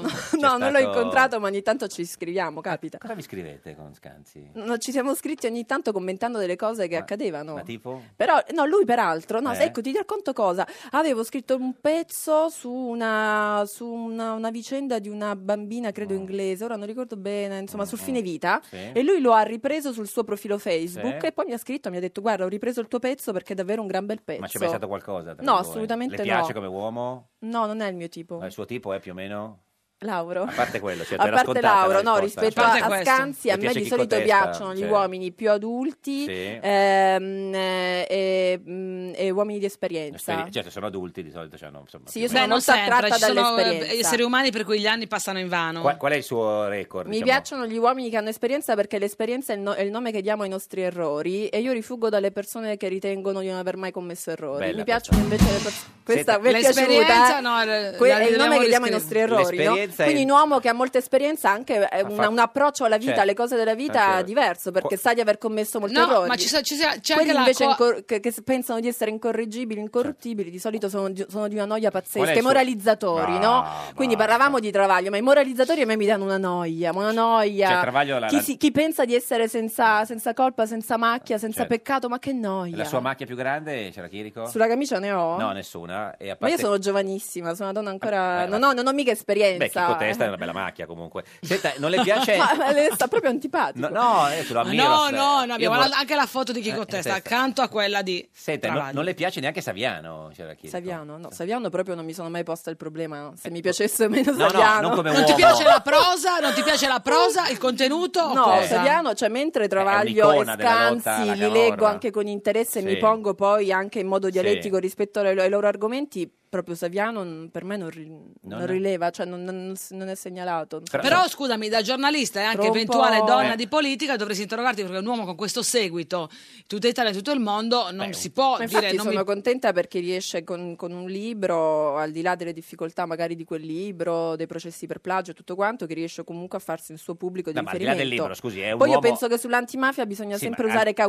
*laughs* no, non
stato-
l'ho incontrato, ma ogni tanto ci scriviamo, capita.
Cosa vi scrivete con Scanzi?
No, ci siamo scritti ogni tanto commentando delle cose che accadevano.
Ah. Ma tipo?
Però, no, lui peraltro, no,
Eh?
ecco, ti racconto cosa. Avevo scritto un pezzo su una, su una, una vicenda di una bambina, credo
Mm.
inglese, ora non ricordo bene, insomma, sul fine vita.
Sì.
E lui lo ha ripreso sul suo profilo Facebook
Sì.
e poi mi ha scritto, mi ha detto, guarda, ho ripreso il tuo pezzo perché è davvero un gran bel pezzo.
Ma c'è mai stato qualcosa? tra
Eh, No,
voi?
assolutamente
Le piace
no.
come uomo?
No, non è il mio tipo.
Ma il suo tipo è più o meno?
Lauro.
A parte quello, certo,
*laughs* a
era
parte
scontata la
Lauro, no,
risposta,
rispetto
cioè.
a,
A parte
a
questo.
Scanzi,
Mi
a me
piace
di
chi
solito
contesta,
piacciono gli
cioè.
uomini più adulti
Sì.
ehm, eh, e, mm, e uomini di esperienza.
Esperi- Certo, sono adulti di solito. Cioè, no, insomma,
Sì,
più
io
o
sono
meno.
molto attratta
ci sono eh,
dall'esperienza.
esseri umani per cui gli anni passano in vano.
Qual, qual è il suo record?
Mi
diciamo?
piacciono gli uomini che hanno esperienza perché l'esperienza è il, no- è il nome che diamo ai nostri errori e io rifugo dalle persone che ritengono di non aver mai commesso errori.
Bella
mi piacciono invece le persone... Questa mi è
L'esperienza,
piaciuta.
no, le-
Que-
la-
è il
dobbiamo
nome che diamo ai nostri
riscrivere.
errori. no?
L'esperienza è-
Quindi un uomo che ha molta esperienza ha anche eh, una-
fatto-
un approccio alla vita,
Certo.
alle cose della vita
Anche-
diverso perché
Qua-
sa di aver commesso molti
No,
errori.
ma ci so- ci sia- c'è
Quelli
anche la
invece
co-
incor- che, che s- pensano di essere incorreggibili, incorruttibili,
Certo.
di solito sono di, sono di una noia
Qual è
pazzesca.
il
I
suo-
moralizzatori,
Ah,
Ma-
no? Quindi parlavamo di travaglio, ma i moralizzatori a me mi danno una noia, ma una noia.
Cioè, Travaglio la-
chi,
la-
si- chi pensa di essere senza, senza colpa, senza macchia, senza
Certo.
peccato, ma che noia.
La sua macchia più grande ce la chirico?
Sulla camicia ne ho.
No, nessuna. E a
Ma
parte...
io sono giovanissima, sono una donna ancora.
Eh,
non,
ma-
ho, non ho mica esperienza.
Beh, Chico Testa è una bella macchia comunque. Senta, non le piace...
*laughs* ma, ma lei sta proprio antipatico.
certo. No, no, io te lo
Ma
ammiro.
No,
se-
no,
io
no, abbiamo
vor-
la- anche la foto di Chico
Eh,
Testa
testa.
accanto a quella di
Senta, no-
Travaglio.
non le piace neanche Saviano, c'era chi.
Saviano, no, Saviano proprio non mi sono mai posta il problema. Se mi piacesse meno
Eh, oh. no,
Saviano.
non come
Non ti
uomo.
piace la prosa? Non ti piace la prosa? Il contenuto?
No,
Cosa?
Saviano, cioè mentre Travaglio e
un'icona della lotta alla
Scanzi li
camorra.
leggo anche con interesse e
Sì.
mi pongo poi anche in modo dialettico
Sì.
rispetto alle- ai loro argomenti, proprio Saviano mm, per me non, ri- non
no.
rileva, cioè non, non- non è segnalato.
Però scusami, da giornalista e anche
Troppo-
eventuale donna
Eh.
di politica dovresti interrogarti perché un uomo con questo seguito, tutta Italia e tutto il mondo, non si può
Ma
dire...
infatti
Non
sono
mi...
contenta perché riesce con, con un libro, al di là delle difficoltà magari di quel libro, dei processi per plagio e tutto quanto, che riesce comunque a farsi il suo pubblico di
No, ma al di là
riferimento.
del libro, scusi, è un
Poi io
uomo-
penso che sull'antimafia bisogna
Sì,
sempre
ma al-
usare
però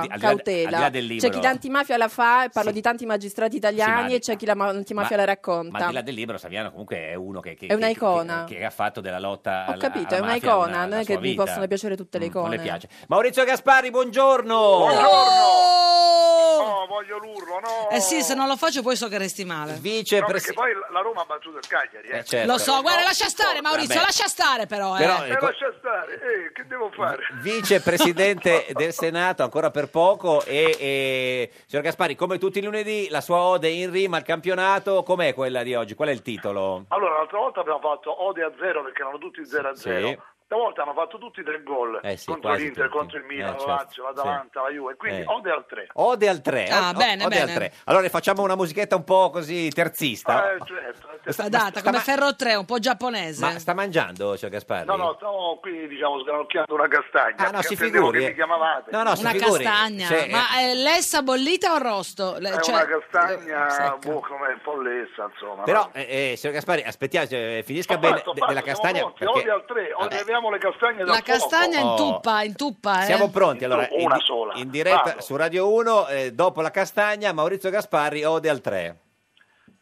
al di- al di là-
cautela.
al di là del libro-
C'è chi l'antimafia la fa, e parlo di tanti magistrati italiani,
Sì, ma-
e c'è chi la ma- l'antimafia la
Ma al
racconta.
di là del libro, Saviano comunque è uno che, che-
È una
che- che-
icona.
Che, che ha fatto della lotta
Ho
alla,
capito,
alla
è una
mafia
icona,
una-
non
la
è che
sua
mi
vita. Mm,
possono piacere tutte le icone.
Non le piace. Maurizio Gaspari, buongiorno.
Oh! Eh sì, se non lo faccio poi so che resti male.
Vice
No, perché poi la- la Roma ha battuto il Cagliari, eh.
Eh, certo.
Lo so, guarda, lascia stare Maurizio,
Vabbè.
lascia stare però. eh.
Però,
Eh, lascia stare, eh, che devo fare? *laughs*
Vicepresidente del Senato, ancora per poco. E, e- signor Gaspari, come tutti i lunedì, la sua ode in rima al campionato. Com'è quella di oggi? Qual è il titolo?
Allora, l'altra volta abbiamo fatto ode a zero perché erano tutti 0 a
Sì.
0. Questa volta hanno fatto tutti tre gol
Eh sì,
contro
quasi
l'Inter,
tutti.
contro il Milan,
Eh, certo.
la Lazio, l'Atalanta, la Juve. Quindi
Eh.
ode al 3.
Ode al 3.
Ah, bene,
ode
bene.
Al 3. Allora facciamo una musichetta un po' così
Ah, eh,
terzista.
certo,
Sta data come Ferro 3, un po' giapponese.
Ma sta mangiando, signor Gaspari?
No, no, stavo qui, diciamo, sgranocchiando una castagna.
Ah, no,
perché
si
attendevo
figuri,
che
eh.
mi chiamavate.
No, no, si
una
figuri.
castagna.
Cioè,
Ma eh, lessa bollita o rosto? Le-
È
cioè-
una castagna,
secca.
boh, come follessa, insomma.
Però,
no?
eh, eh, signor Gaspari, aspettiamo, eh, finisca
Ho
bene
fatto, ho
de-
fatto,
della
siamo
castagna.
pronti,
perché-
Ode al 3,
Vabbè.
leviamo le castagne dal
La castagna
Oh.
intuppa, intuppa. Eh.
Siamo pronti, allora,
Una
in, di-
sola.
in diretta
Vado.
su Radio 1, eh, dopo la castagna, Maurizio Gasparri, ode al 3.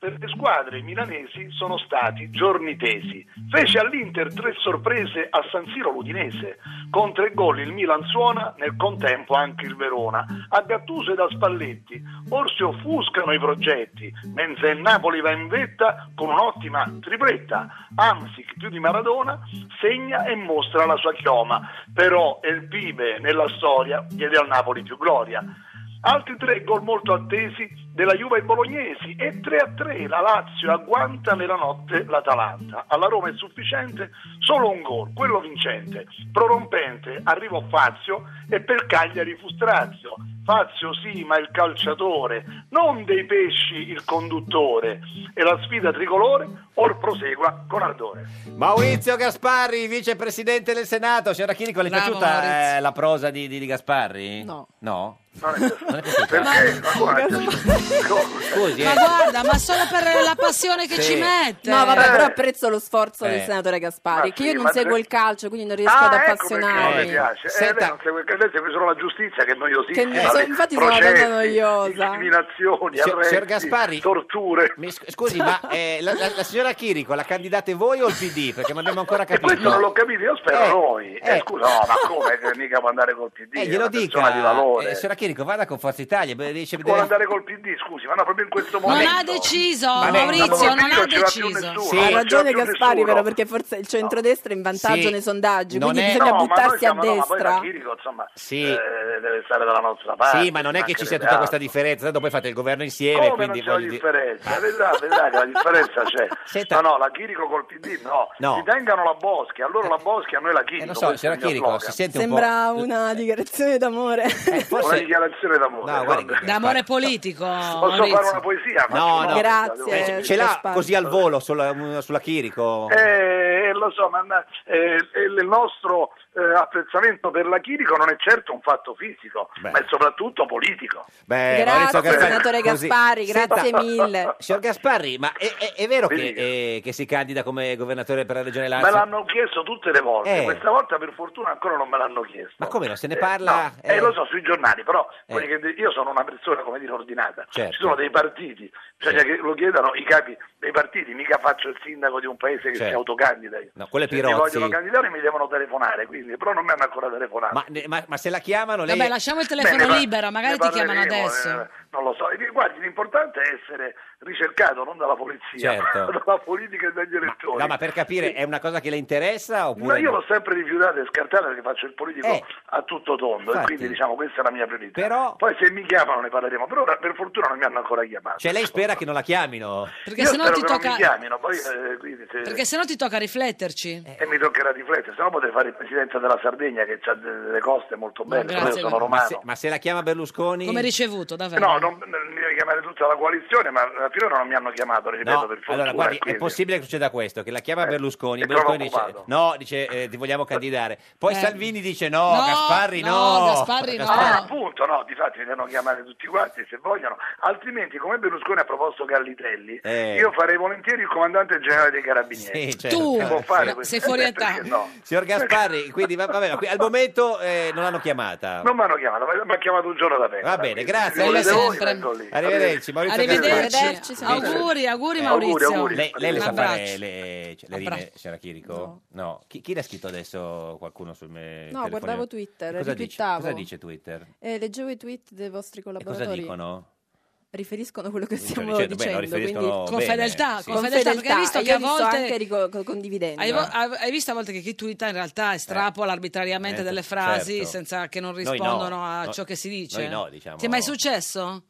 per le squadre milanesi sono stati giorni tesi. Fece all'Inter tre sorprese a San Siro l'Udinese. Con tre gol il Milan suona, nel contempo anche il Verona. A Gattuso ed a Spalletti. Or si offuscano i progetti, mentre il Napoli va in vetta con un'ottima tripletta. Amsic, più di Maradona, segna e mostra la sua chioma. Però El Pibe nella storia diede al Napoli più gloria. Altri tre gol molto attesi della Juve ai Bolognesi e 3-3 la Lazio agguanta nella notte l'Atalanta. Alla Roma è sufficiente solo un gol, quello vincente, prorompente, arrivò Fazio e per Cagliari fu Strazio. Fazio sì, ma il calciatore, non dei pesci il conduttore. E la sfida tricolore or prosegua con ardore.
Maurizio Gasparri, vicepresidente del Senato. Signora Chirico, le è
Bravo,
piaciuta
Maurizio.
eh, la prosa di, di- di Gasparri?
No.
No?
Non
è piaciuta?
Perché? Ma guarda,
Scusi,
Ma
eh.
guarda, ma solo
*laughs*
per la passione che
Sì.
ci mette.
No, vabbè, però apprezzo lo sforzo
Eh.
del senatore Gaspari,
Ma
che
sì,
io non
ma
seguo
se-
il calcio, quindi non riesco ad
Ah, ecco perché non
appassionarmi.
le piace. Eh,
Senta.
lei non segue- lei segue solo la giustizia che è
Che
noiosissima.
ne so,
le
infatti sono una donna
processi,
noiosa.
Discriminazioni,
Signor-
arresti,
signor Gasparri,
torture.
Scusi, ma eh, la, la- la signora Chirico la candidate voi o il PD? Perché non abbiamo ancora
E
capito.
*laughs* questo *laughs* non l'ho capito, io spero
Eh,
noi. Eh,
eh.
scusa, no, ma come che mica può andare col PD?
Eh,
è
glielo
una persona
dica,
di valore.
eh, signora Chirico, vada con Forza Italia. beh, riesce a
Può
vedere-
andare col PD, scusi, ma no, proprio in questo
Non
momento.
ha deciso,
Ma lei-
Maurizio, non ha
Non ce l'ha più
deciso.
nessuno,
Sì.
non
Ha
ce l'ha
ragione
più
Gaspari,
nessuno.
però, perché forse il centrodestra è in vantaggio
Sì.
nei sondaggi,
Non
quindi
è-
bisogna
Eh, No, ma noi
buttarsi a
siamo- no, ma poi la
Eh,
destra.
Chirico, insomma,
Sì.
eh, deve stare dalla nostra parte.
Sì, ma non è che ci sia
mancherebbe
tutta questa
altro.
differenza. Tanto poi fate il governo insieme.
Come non
quindi
c'è la
voglio dire- Ah.
differenza? Vedrà, vedrà che la differenza c'è.
Senta-
No, no, la Chirico col PD no.
No.
Si tengano la Boschi, allora la Boschi, a noi la Chirico.
Eh, lo so,
questo è
signora
il mio
Chirico,
slogan.
si sente un
Sembra una dichiarazione d'amore.
Una
forse-
dichiarazione d'amore.
No, guardi,
vabbè.
*laughs* D'amore politico.
Posso fare una
Maurizio.
poesia?
No,
Faccio
no.
una-
Grazie,
Eh, ce l'ha
Gaspari.
così al volo sulla, sulla Chirico?
Eh, lo so, ma ma, eh, il nostro eh, apprezzamento per la Chirico non è certo un fatto fisico,
Beh.
ma è soprattutto politico.
Beh, Maurizio
Grazie,
Gasparri,
senatore
così.
Gaspari,
Senta, *laughs*
grazie mille.
Signor Gasparri, ma è, è- è vero che, eh, che si candida come governatore per la regione
Me
Lazio?
l'hanno chiesto tutte le volte,
Eh.
questa volta per fortuna ancora non me l'hanno chiesto.
Ma come no? Se ne
Eh,
parla...
no, eh,
eh,
lo so sui giornali, però
Eh.
quelli che de- io sono una persona come dire ordinata.
Certo.
Ci sono dei partiti, bisogna
Certo.
che lo chiedano i capi dei partiti, mica faccio il sindaco di un paese che
Certo.
si autocandida. io.
No, quello è
Se mi
Pirozzi.
vogliono candidare mi devono telefonare, quindi, però non mi hanno ancora telefonato.
Ma, ne- ma- ma se la chiamano lei...
Vabbè, lasciamo il
Bene,
telefono
ma-
libero, magari
ne
ti chiamano
parleremo,
adesso.
eh, non lo so, E guardi, l'importante è essere ricercato non dalla polizia,
Certo.
ma *laughs* dalla politica e dagli elettori.
No, ma per capire, è una cosa che le interessa
Ma
oppure...
io
no?
l'ho sempre rifiutata e scartata perché faccio il politico
Eh.
a tutto tondo
Infatti.
e quindi diciamo questa è la mia priorità.
Però-
Poi se mi chiamano ne parleremo, per ora per fortuna non mi hanno ancora chiamato.
Cioè lei spera che non la chiamino?
Perché
Io
sennò
spero
ti
che
tocca-
non mi chiamino, poi eh, quindi se-
Perché sennò ti tocca rifletterci.
e mi toccherà riflettere, sennò potrei fare il presidente della Sardegna che ha delle coste molto belle,
grazie,
io sono
guarda.
Ma
romano.
se, ma se la chiama Berlusconi?
Come ricevuto, davvero.
No, non, mi deve chiamare tutta la coalizione, ma finora non mi hanno chiamato, ripeto,
No,
per fortuna.
allora guardi, è
quindi-
possibile che succeda questo, che la chiama
Eh,
Berlusconi,
e
Berlusconi
trovo
dice
occupato.
no, dice eh, ti vogliamo candidare, poi
Eh.
Salvini dice no,
No,
Gasparri no,
no, Gasparri no.
Ah, appunto, no, di fatti mi devono chiamare tutti quanti se vogliono, altrimenti come Berlusconi ha proposto Gallitelli,
Eh.
io farei volentieri il comandante generale dei carabinieri.
Sì, certo.
Tu
Si può fare
ma
questo?
sei fuori
Eh,
età.
*laughs* perché no?
Signor Gasparri, quindi va, vabbè, ma qui- al momento eh, non l'hanno chiamata.
Non mi hanno chiamato, ma- mi ha chiamato un giorno da
Va
pecora.
bene,
quindi,
grazie,
se volete
arrivederci.
voi, vengo ecco lì.
Arrivederci, Maurizio
Arrivederci.
Arrivederci, signor
Auguri, auguri
Eh,
Maurizio.
auguri, auguri.
Lei, lei le
Un
sa fare
abbraccio.
le, cioè, le rime,
Abbraccio.
signora Chirico? No. Chi, chi l'ha scritto adesso qualcuno sul me-
No,
telefonino?
guardavo Twitter,
Cosa dice?
retweetavo.
Cosa dice Twitter?
Eh, leggevo i tweet dei vostri
E cosa
collaboratori.
dicono?
Riferiscono quello che
Quindi
stiamo
dicendo, beh, lo
dicendo,
riferiscono
quindi
Con
bene,
fedeltà,
sì.
con fedeltà, perché hai visto
e
che
io
a
li sto anche
volte...
rico- co- condividendo.
Hai,
No.
vo- hai- hai visto a volte che chi twitta in realtà estrapola arbitrariamente
Eh,
delle
certo.
frasi senza che non
Noi no.
rispondono a
No-
ciò che si dice?
noi no, diciamo.
Ti è mai successo?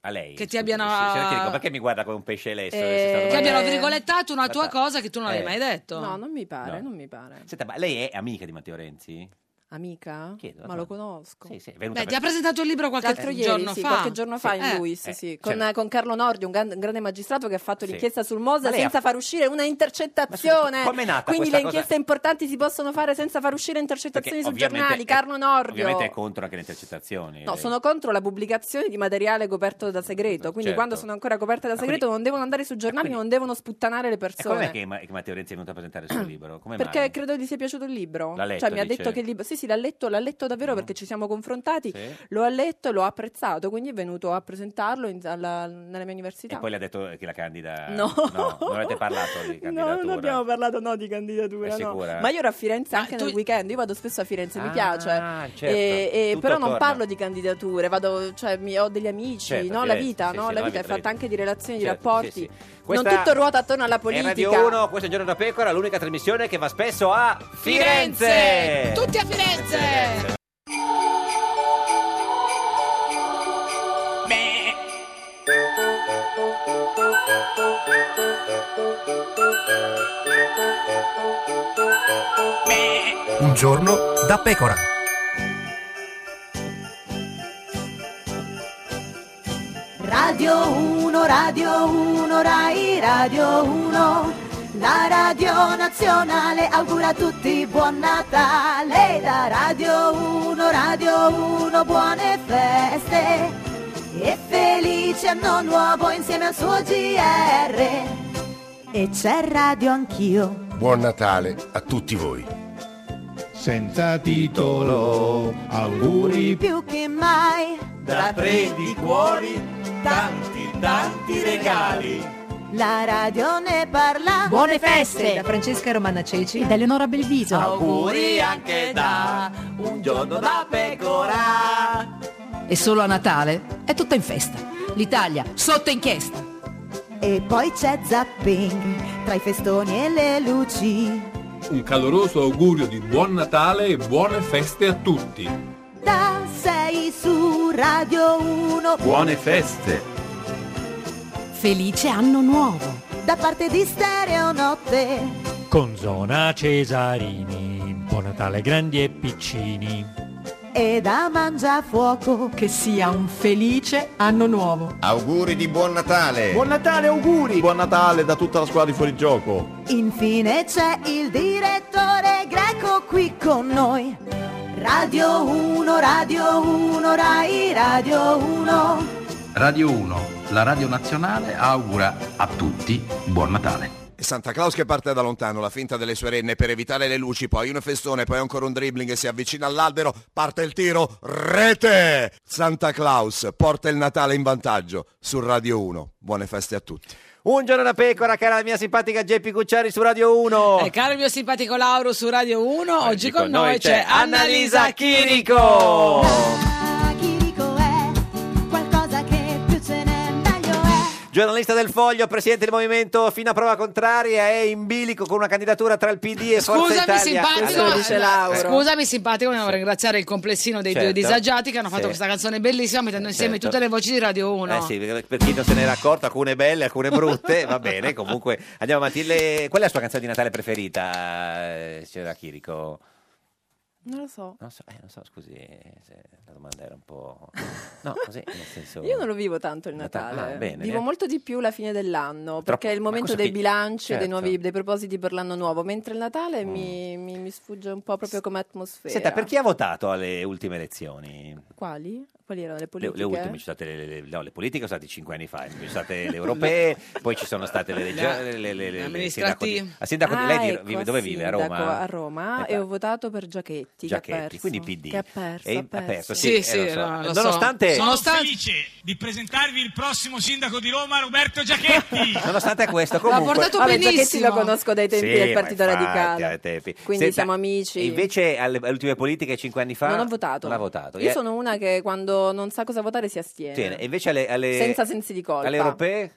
A lei?
Che
scusi,
ti abbiano-
sì, signora Chirico, perché mi guarda come un pesce lesso?
Eh,
Se stato-
Che abbiano virgolettato una tua
Guarda,
cosa che tu non avevi
eh.
mai detto?
No, non mi pare,
No.
non mi pare.
Senta, ma lei è amica di Matteo Renzi?
Amica?
Chiedo,
Ma
no.
lo conosco.
Sì, sì, è venuta
Beh,
per-
ti ha presentato il libro qualche
L'altro ieri,
giorno
sì,
fa.
qualche giorno fa in
Eh.
lui, sì,
eh,
sì, con,
certo.
con Carlo Nordi, un, gran- un grande magistrato che ha fatto
Sì.
l'inchiesta sul
Ma
Mosa
lei ha-
senza far uscire una intercettazione.
Ma scusi, com'è nata
Quindi
questa
le inchieste
cosa?
importanti si possono fare senza far uscire
perché
intercettazioni sui
ovviamente
giornali.
è-
Carlo Nordio.
Ovviamente è contro anche le intercettazioni.
No,
lei.
sono contro la pubblicazione di materiale coperto da segreto, quindi
Certo. Ah,
quando sono ancora coperte da
quindi-
segreto non devono andare sui giornali,
quindi-
non devono sputtanare le
E com'è
persone.
che, Ma- che Matteo Renzi è venuto a presentare il suo libro? Come
Perché
mai?
credo gli sia piaciuto il libro.
L'ha letto,
cioè, mi ha
dice? Mm.
detto che il libro. Sì, sì, l'ha letto, l'ha letto davvero perché ci siamo confrontati.
Sì.
Lo ha letto, lo ha apprezzato, quindi è venuto a presentarlo in- alla- nella mia università.
E poi le ha detto che la candida...
No.
non avete parlato di
*laughs* No,
candidatura.
non abbiamo parlato no, di candidatura.
È
no.
sicura?
Ma io ero a Firenze anche
tu-
nel weekend. Io vado spesso a Firenze, mi
Ah,
piace.
certo.
E- e
Tutto
però
torna.
non parlo di candidature, vado, cioè, mi- ho degli amici.
Certo,
no? La
Firenze,
vita,
sì, sì,
no? la
la
vita è
vita, la
fatta
vita.
anche di relazioni, di
Certo,
rapporti.
sì, sì. Questa
Non tutto ruota attorno alla
È
politica.
Radio 1, questo è Giorno da Pecora, l'unica trasmissione che va spesso a Firenze!
Tutti a Firenze!
Beh.
Un giorno da pecora.
Radio 1, Radio 1, Rai Radio 1. La radio nazionale augura a tutti buon Natale. Da Radio 1, Radio 1, buone feste. E felice anno nuovo insieme al suo GR. E c'è Radio Anch'io.
Buon Natale a tutti voi.
Senza titolo, auguri
Più che mai.
da predi cuori, tanti tanti regali.
La radio ne parla.
Buone feste da Francesca Romana Ceci e da Eleonora Belviso.
Auguri anche da un giorno da pecora.
E solo a Natale è tutta in festa. L'Italia sotto inchiesta.
E poi c'è Zapping, tra i festoni e le luci.
Un caloroso augurio di buon Natale e buone feste a tutti.
Da 6 su Radio 1.
feste!
Felice anno nuovo. Da parte di Stereo Notte.
Con zona Cesarini, buon Natale grandi e piccini.
E da Mangiafuoco.
Che sia un felice anno nuovo.
Auguri di buon Natale!
Buon
Natale, auguri! Buon Natale da tutta la squadra di fuorigioco!
Infine c'è il direttore greco qui con noi. Radio 1, Radio 1, Rai Radio 1.
Radio 1, la radio nazionale, augura a tutti buon Natale.
Santa Claus che parte da lontano, la finta delle sue renne per evitare le luci, poi un festone, poi ancora un dribbling e si avvicina all'albero, parte il tiro, rete! Santa Claus porta il Natale in vantaggio su Radio 1. Buone feste a tutti.
Un giorno da pecora, cara la mia simpatica Geppi Cucciari su Radio 1.
E caro il mio simpatico Lauro su Radio 1, oggi con noi, c'è
Annalisa
Annalisa
Chirico.
Qualcosa che più ce n'è meglio è.
Giornalista del Foglio, presidente del movimento fino a prova contraria, è in bilico con una candidatura tra il PD e Forza
Scusami
Italia.
simpatico,
Allora,
eh,
eh,
scusami simpatico, vogliamo ringraziare il complessino dei
Certo.
due disagiati che hanno fatto
Sì.
questa canzone bellissima mettendo insieme
Certo.
tutte le voci di Radio 1.
Eh sì, per- per chi non se n'era accorto, alcune belle, alcune brutte, va bene, comunque andiamo avanti. Le- Qual è la sua canzone di Natale preferita, eh, signora Chirico?
Non lo so.
Non so, eh, non so, scusi, eh, se la domanda era un po'... No, così, nel senso...
*laughs* Io non lo vivo tanto il Natale, eh.
Natale, ah, bene,
vivo
ne-
molto di più la fine dell'anno,
Troppo-
perché è il
ma
momento
cosa
dei
che-
bilanci, dei,
Certo. Mm.
nuovi, dei propositi per l'anno nuovo, mentre il Natale mi, mi- mi sfugge un po' proprio come atmosfera.
Senta, per chi ha votato alle ultime elezioni? Le-
Quali? Quali erano le
Le,
politiche?
ultime ci sono state le, le- no, le politiche sono state cinque anni fa, ci sono state le
*laughs*
europee, poi ci sono state le
Le-
regionali, le, le, le- le- le- sindaco
amministrativi.
di- a sindaco di-
Ah,
lei di-
ecco,
vive- dove vive? A
sindaco
Roma? Eh,
a Roma e ho votato per Giachetti, che ha
Giachetti,
perso.
quindi PD.
Che ha perso,
E-
ha perso.
sì, eh, lo so. Nonostante-
Sono felice di presentarvi il prossimo sindaco di Roma, Roberto Giachetti.
Nonostante questo,
*laughs* L'ha
comunque...
portato Giachetti lo conosco dai tempi
Sì,
del
ma
Partito
infatti, ai
Radicale.
tempi.
Quindi
Senta,
siamo amici.
e Invece alle, alle ultime politiche cinque anni fa...
Non ho votato.
Non ha votato.
Io
Eh,
sono una che quando non sa cosa votare si astiene.
tiene, e invece alle... alle-
Senza sensi di colpa.
Alle europee?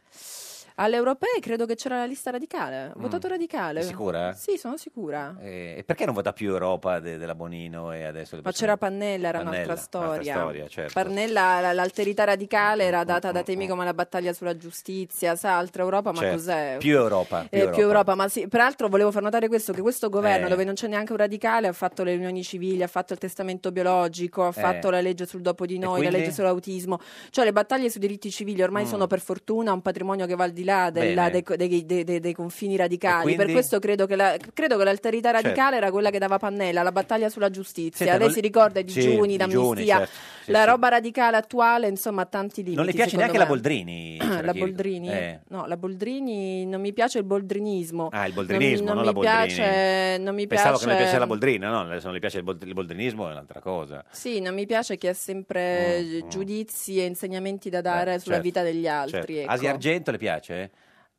Alle europee credo che c'era la lista radicale. Ho
Mm.
votato radicale.
È sicura?
Sì, sono sicura.
Eh, E perché non vota più Europa de- della Bonino e adesso... le
Ma
persone-
c'era Pannella, era
Pannella,
un'altra storia.
storia, certo.
Pannella, la- l'alterità radicale era data da temi come la battaglia sulla giustizia, sa, altra Europa, ma
Certo.
cos'è?
Più Europa.
Eh, più Europa, ma sì, peraltro volevo far notare questo che questo governo
Eh.
dove non c'è neanche un radicale ha fatto le riunioni civili, ha fatto il testamento biologico, ha fatto la legge sul dopo di noi, la
Eh. quindi?
legge sull'autismo, cioè le battaglie sui diritti civili ormai
Mm.
sono per fortuna un patrimonio che va al di là della-
Bene.
dei, dei- dei- dei- dei confini radicali,
E
per
quindi?
questo credo che, la- credo che l'alterità
Certo.
radicale era quella che dava Pannella, la battaglia sulla giustizia,
Senta,
lei
non-
si ricorda i
Sì,
digiuni,
i digiuni,
l'amnistia,
certo. Sì,
la
sì.
roba radicale attuale, insomma ha tanti limiti.
Non le piace
secondo
neanche
me.
la
*clears throat*
Boldrini? signora
La
Chirico?
Boldrini?
Eh.
No, la Boldrini non mi piace il boldrinismo.
Ah, il boldrinismo, non,
non,
la
mi
Boldrini.
piace, non mi
Pensavo
piace.
che non le piacesse la Boldrina, no, adesso non le piace il, bold- il boldrinismo è un'altra cosa.
Sì, non mi piace che ha sempre eh, giudizi e insegnamenti da dare sulla
Mm, certo,
vita degli altri.
Certo.
ecco.
Asia Argento le piace?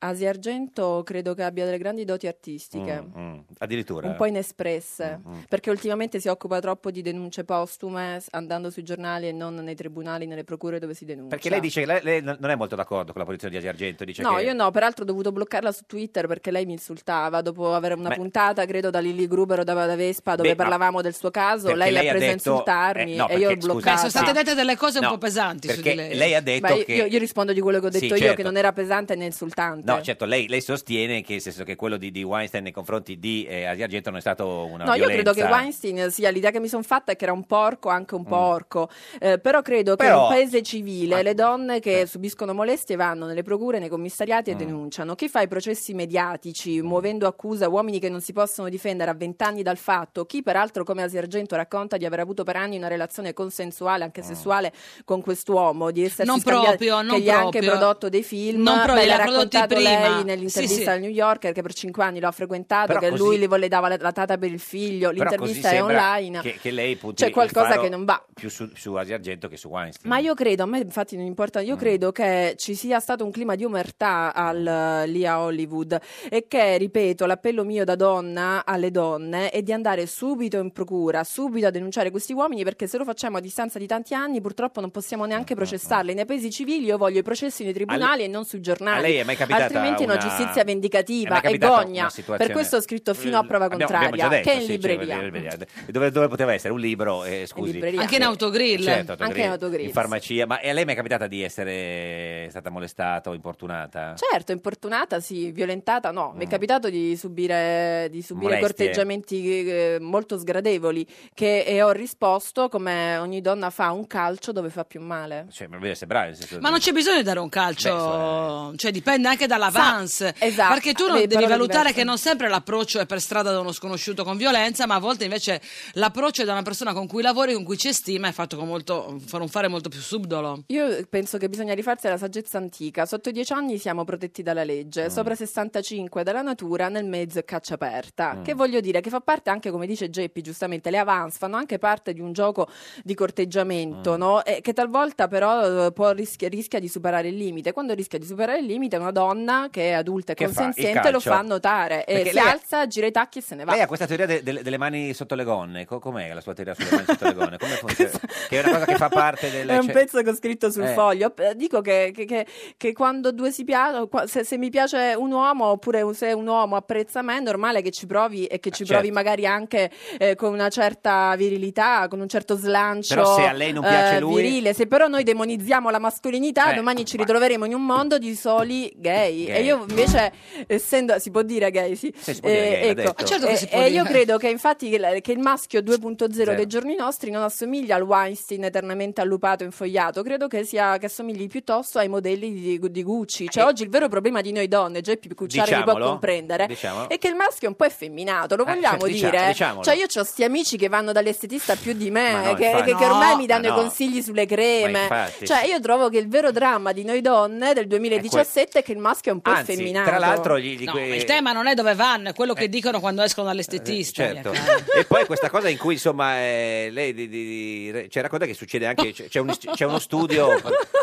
Asia Argento credo che abbia delle grandi doti artistiche.
Mm, mm, Addirittura.
Un po' inespresse, perché ultimamente si occupa troppo di denunce postume s- andando sui giornali e non nei tribunali, nelle procure dove si denuncia.
Perché lei dice che lei, lei non è molto d'accordo con la posizione di Asia Argento, dice
cioè. no,
che
io no, peraltro ho dovuto bloccarla su Twitter perché lei mi insultava dopo avere una
Beh.
puntata, credo, da Lilly Gruber o da, da Vespa, dove
Beh, ma-
parlavamo del suo caso.
perché
Lei l'ha
lei ha
presa a
detto-
insultarmi
eh, no,
e io l'ho
perché, scusa,
bloccata.
Beh, sono state
dette delle cose un
No,
po' pesanti su di
perché
lei.
lei ha detto
Beh, io-
che
io, io rispondo di quello che ho
Sì,
detto io,
certo.
che non era pesante né insultante.
No, certo, lei, lei sostiene che, nel senso che quello di, di Weinstein nei confronti di eh, Asia Argento non è stato una
No, io
violenza.
credo che Weinstein sia l'idea che mi sono fatta è che era un porco, anche un po' orco. Eh, però credo che
Mm. Però- eh.
in un paese civile le donne che subiscono molestie vanno nelle procure, nei
Mm.
commissariati e denunciano. Chi fa i processi mediatici muovendo accusa uomini che non si possono difendere a vent'anni dal fatto? Chi peraltro come Asia Argento racconta di aver avuto per anni una relazione consensuale,
Mm.
anche sessuale, con quest'uomo, di essersi
Non
scambiati-
proprio, non
che gli ha anche
proprio.
prodotto dei film.
Non proprio,
Beh,
li ha
l'ha
prodotti
raccontato
prima.
lei nell'intervista
Sì, sì.
al New Yorker che per cinque anni lo ha frequentato,
Però
che
così-
lui gli le dava la, la tata per il figlio,
Però così
l'intervista è
sembra
online.
Che, che lei punti
C'è
il
qualcosa
faro
che non va.
più su, su Asia Argento che su Weinstein.
Ma io credo, a me infatti non importa,
Mm.
io credo che ci sia stato un clima di umertà al- lì a Hollywood e che, ripeto, l'appello mio da donna alle donne è di andare subito in procura, subito a denunciare questi uomini perché se lo facciamo a distanza di tanti anni purtroppo non possiamo
Mm,
neanche processarli. Nei paesi civili io voglio i processi nei tribunali
A-
e non sui giornali.
a lei è mai capitata
Altrimenti è una
una-
giustizia
è
vendicativa
mai
e
capitata
gogna.
una situazione-
Per questo ho scritto fino a prova
Abbiamo-
contraria,
abbiamo già detto,
che è in
sì, cioè,
libreria.
dove, dove poteva essere? Un libro, eh, scusi.
libreria.
Anche in autogrill.
Certo, autogrill.
Anche in autogrill,
In farmacia. Ma e a lei mi è capitata di essere stata molestata o importunata?
Certo, importunata, sì, violentata no. Mi è capitato di subire, di subire
Molestie.
corteggiamenti eh, molto sgradevoli che, e ho risposto come ogni donna fa un calcio dove fa più male.
Cioè, mi deve sembrare, nel senso-
Ma non c'è bisogno di dare un calcio,
eh.
cioè dipende anche dall'avance.
esatto,
Perché tu non
le
devi
parole
valutare
diverse.
che non sempre l'approccio è per strada da uno sconosciuto con violenza, ma a volte invece l'approccio è da una persona con cui lavori, con cui c'è stima, è fatto con molto, con un fare molto più subdolo.
Io eh, penso che bisogna rifarsi alla saggezza antica. Sotto i 10 anni siamo protetti dalla
Mm.
legge, sopra i 65 dalla natura, nel mezzo è caccia aperta.
Mm.
Che voglio dire, che fa parte anche, come dice Geppi giustamente, le avance fanno anche parte di un gioco di
Mm.
corteggiamento, no? E che talvolta però eh, può rischia, rischia di superare il limite. Quando rischia di superare il limite, una donna che è adulta e
Che fa? Il
consenziente lo
calcio.
fa notare e
Perché
si
lei ha-
alza, gira i tacchi e se ne va.
Lei ha questa teoria de- delle- delle mani sotto le gonne. Co- com'è la sua teoria sulle mani sotto le gonne?
*laughs*
Come funziona? che è una cosa che fa parte del...
È un
cioè-
pezzo che ho scritto sul
Eh.
foglio. P- Dico che, che- che- che quando due si piacciono, qua- se, se mi piace un uomo oppure un- se un uomo apprezza me, è normale che ci provi e che ci
certo.
provi magari anche eh, con una certa virilità, con un certo slancio
Però se a lei non piace
eh,
lui-
virile. Se però noi demonizziamo la mascolinità,
Eh,
domani ci ritroveremo in un mondo di soli gay.
Gay.
E io invece, essendo, si può dire gay, sì.
si può dire
Eh,
gay, l'ha
ecco.
detto. Ah, certo che
Eh,
si può
e io
dire.
credo che infatti che, la- che il maschio 2.0
Zero.
dei giorni nostri non assomiglia al Weinstein eternamente allupato e infogliato, credo che, sia, che assomigli piuttosto ai modelli di, di Gucci. Cioè oggi il vero problema di noi donne, Geppi Cucciari li può
Eh, Diciamolo,
comprendere,
diciamolo.
è che il maschio è un po' effeminato, lo
Eh,
vogliamo
certo, diciamo-
dire?
diciamolo.
Cioè io ho sti amici che vanno dall'estetista più di
Ma
me,
no,
che,
infatti.
che- che ormai
No,
mi
ma
danno i
no.
consigli sulle
Ma
creme.
infatti.
Cioè io trovo che il vero dramma di noi donne del 2017 è che il maschio è un po'
Anzi,
effeminato.
tra l'altro gli- gli
No,
que- Eh.
ma il tema non è dove vanno, è quello che dicono quando escono Ecco. dall'estetista.
Certo.
mia cara.
E poi questa cosa in cui insomma eh, lei di, di- di- cioè, racconta che succede anche c'è, c'è un- c'è uno studio
*laughs*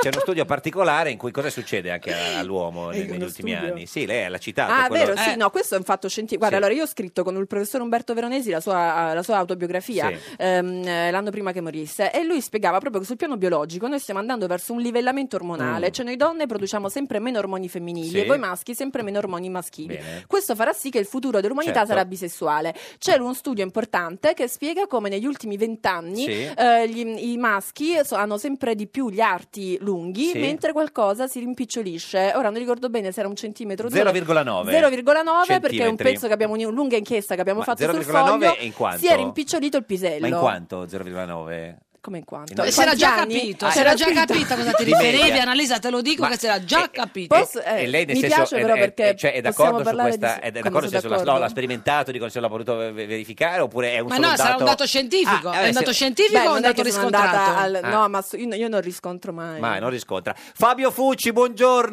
c'è uno studio particolare in cui cosa succede anche a- all'uomo
Eh,
ne- negli
uno
ultimi
studio.
anni. Sì, lei l'ha citato.
Ah,
quello-
vero, sì,
Eh,
no, questo è un fatto scientifico. Guarda,
Sì.
allora io ho scritto con il professor Umberto Veronesi la sua, eh, la sua autobiografia
Sì.
ehm, eh, l'anno prima che morisse e lui spiegava proprio che sul piano biologico noi stiamo andando verso un livellamento ormonale,
Mm.
cioè noi donne produciamo sempre meno ormoni femminili
Sì.
e voi maschi sempre meno ormoni maschili.
Bene.
Questo farà sì che il futuro dell'umanità
Certo.
sarà bisessuale. C'è uno studio importante che spiega come negli ultimi vent'anni
Sì.
eh, gli- i maschi so- hanno sempre di più gli arti lunghi
Sì.
mentre qualcosa si rimpicciolisce. Ora non ricordo bene se era un centimetro
0,9.
0,9 perché è un
Centimetri.
pezzo che abbiamo una lunga inchiesta che abbiamo
Ma
fatto sul
0,9
foglio
è in quanto?
si è rimpicciolito il pisello
ma in quanto 0,9?
come in quanto
No,
In
si era
quanti
già
anni?
capito,
Ah,
si era già capito a cosa ti
Di media.
riferivi, Annalisa, te lo dico
Ma-
che si era già capito.
Posso- eh,
E lei nel
mi
senso
piace
è-
però
è-
perché
è- cioè, è
possiamo
d'accordo su
parlare di-
questa è
come
d'accordo nel
sono
senso, la- no,
d'accordo?
l'ha sperimentato dico se l'ha potuto eh, ve- verificare oppure è un
Ma
solo
no,
dato
sarà un dato scientifico,
Ah,
è
eh,
un dato
se-
scientifico
Beh,
o
non
un
è
dato
che sono andata
riscontrato?
al- no ma su- io, io non riscontro mai
ma non riscontra Fabio Fucci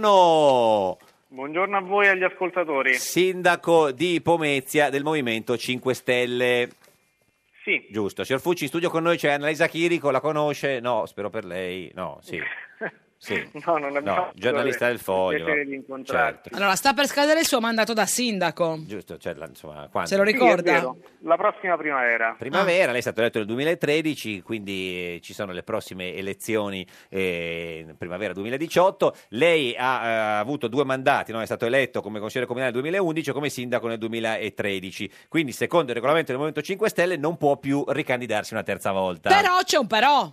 buongiorno
Buongiorno a voi e agli ascoltatori.
sindaco di Pomezia del Movimento 5 Stelle.
*laughs*
Sì.
Giusto, signor Fucci, in studio con noi c'è Annalisa Chirico, la conosce? No, spero per lei, no, sì. Sì.
No, non abbiamo
No, giornalista del Foglio.
Il piacere di incontrarci.
Certo.
Allora, sta per scadere il suo mandato da sindaco.
Giusto, cioè, la- insomma, quando?
Se lo
Sì, è
ricorda?
vero.
Certo.
La prossima primavera.
Primavera, lei è stato eletto nel 2013, quindi eh, ci sono le prossime elezioni eh, in primavera 2018. Lei ha eh, avuto due mandati, no? è stato eletto come consigliere comunale nel 2011 e come sindaco nel 2013. Quindi, secondo il regolamento del Movimento 5 Stelle, non può più ricandidarsi una terza volta.
Però c'è un però.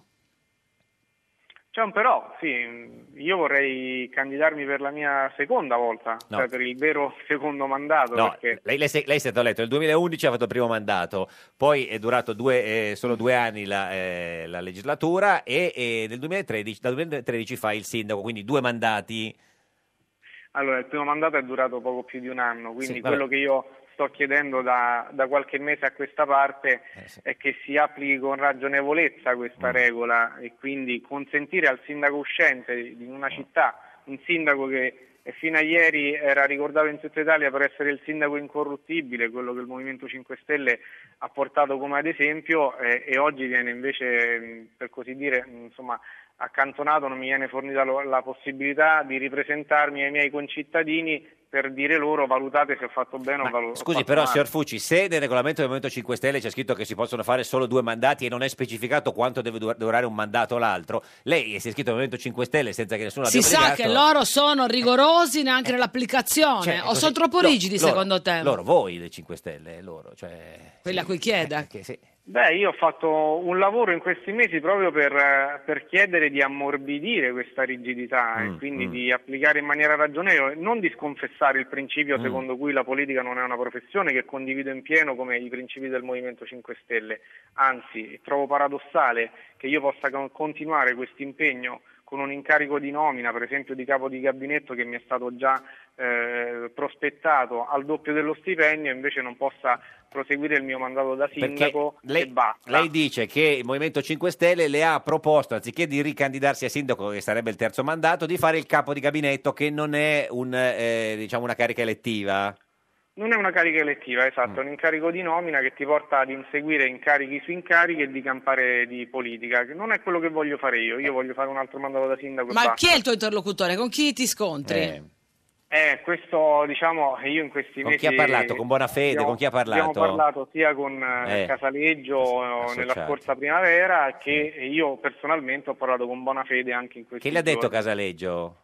C'è un però, sì, io vorrei candidarmi per la mia seconda volta,
No.
cioè per il vero secondo mandato.
No,
perché...
lei, lei, si- lei si è stato eletto nel 2011, ha fatto il primo mandato, poi è durato due, eh, solo due anni la, eh, la legislatura e, e nel 2013, dal 2013 fa il sindaco, quindi due mandati.
Allora, il primo mandato è durato poco più di un anno, quindi
Sì, vabbè.
quello che io sto chiedendo da, da qualche mese a questa parte
Eh,
è che si applichi con ragionevolezza questa
Mm.
regola e quindi consentire al sindaco uscente di una
Mm.
città, un sindaco che fino a ieri era ricordato in tutta Italia per essere il sindaco incorruttibile, quello che il Movimento 5 Stelle ha portato come ad esempio eh, e oggi viene invece, mh, per così dire, mh, insomma, accantonato, non mi viene fornita lo- la possibilità di ripresentarmi ai miei concittadini per dire loro valutate se ho fatto bene o valu- ho
Scusi
fatto
però,
male.
signor Fucci, se nel regolamento del Movimento 5 Stelle c'è scritto che si possono fare solo due mandati e non è specificato quanto deve du- durare un mandato o l'altro, lei si è iscritto al Movimento 5 Stelle senza che nessuno
Si
l'abbia
sa
obbligato. Eh.
che loro sono rigorosi neanche nell'applicazione,
Cioè,
o
così-
sono troppo
lo-
rigidi
loro-
secondo te?
Loro, voi dei 5 Stelle, loro, cioè...
Quelli a cui chieda.
Beh, io ho fatto un lavoro in questi mesi proprio per, eh, per chiedere di ammorbidire questa rigidità
Mm,
e quindi di applicare in maniera ragionevole, non di sconfessare il principio
Mm.
secondo cui la politica non è una professione che condivido in pieno come i principi del Movimento 5 Stelle. Anzi, trovo paradossale che io possa con- continuare questo impegno con un incarico di nomina, per esempio di capo di gabinetto che mi è stato già eh, prospettato al doppio dello stipendio, e invece non possa proseguire il mio mandato da sindaco
lei-
e basta.
Lei dice che il Movimento 5 Stelle le ha proposto, anziché di ricandidarsi a sindaco, che sarebbe il terzo mandato, di fare il capo di gabinetto, che non è un, eh, diciamo una carica elettiva.
Non è una carica elettiva,
Mm.
esatto, è un incarico di nomina che ti porta ad inseguire incarichi su incarichi e di campare di politica, che non è quello che voglio fare io,
Eh.
io voglio fare un altro mandato da sindaco e
Ma
basta.
chi è il tuo interlocutore? Con chi ti scontri?
Eh, questo diciamo io in questi
Con
mesi
chi ha parlato? Con Bonafede?
abbiamo-
Con chi ha parlato?
Abbiamo parlato sia con eh,
Eh,
Casaleggio eh, nella
associati.
scorsa primavera che io personalmente ho parlato con Bonafede anche in questi
Che le ha detto
giorni.
Casaleggio?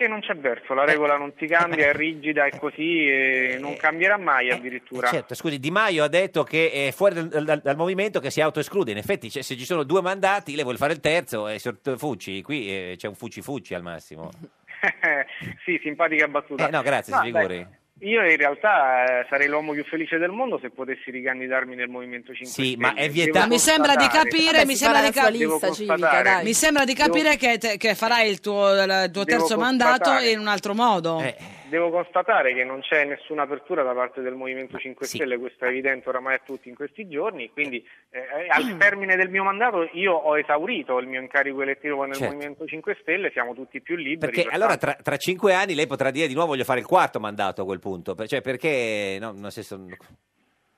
Che non c'è verso, la regola non si cambia,
Eh.
è rigida, è così e non cambierà mai addirittura.
Certo, scusi, Di Maio ha detto che è fuori dal, dal- dal movimento che si autoesclude. In effetti, cioè, se ci sono due mandati, lei vuole fare il terzo e sort- Fucci, qui eh, c'è un Fucci Fucci al
*laughs*
massimo.
Eh, sì, simpatica battuta.
Eh, no, grazie, si figuri.
dai, Io in realtà eh, sarei l'uomo più felice del mondo se potessi ricandidarmi nel Movimento 5
Sì,
Stelle.
ma è
Devo
vietato-
Mi sembra di
constatare-
capire, mi, sembra di cap-
Devo constatare-
mi sembra di capire che, te- che farai il tuo, il tuo
Devo
terzo mandato
constatare.
in un altro modo.
Eh.
Devo constatare che non c'è nessuna apertura da parte del Movimento 5 Stelle, questo è evidente oramai a tutti in questi giorni, quindi eh, al termine del mio mandato io ho esaurito il mio incarico elettivo nel
Certo.
Movimento 5 Stelle, siamo tutti più liberi.
Perché allora tra, tra cinque anni lei potrà dire di nuovo voglio fare il quarto mandato a quel punto, Per- cioè perché no, nel senso,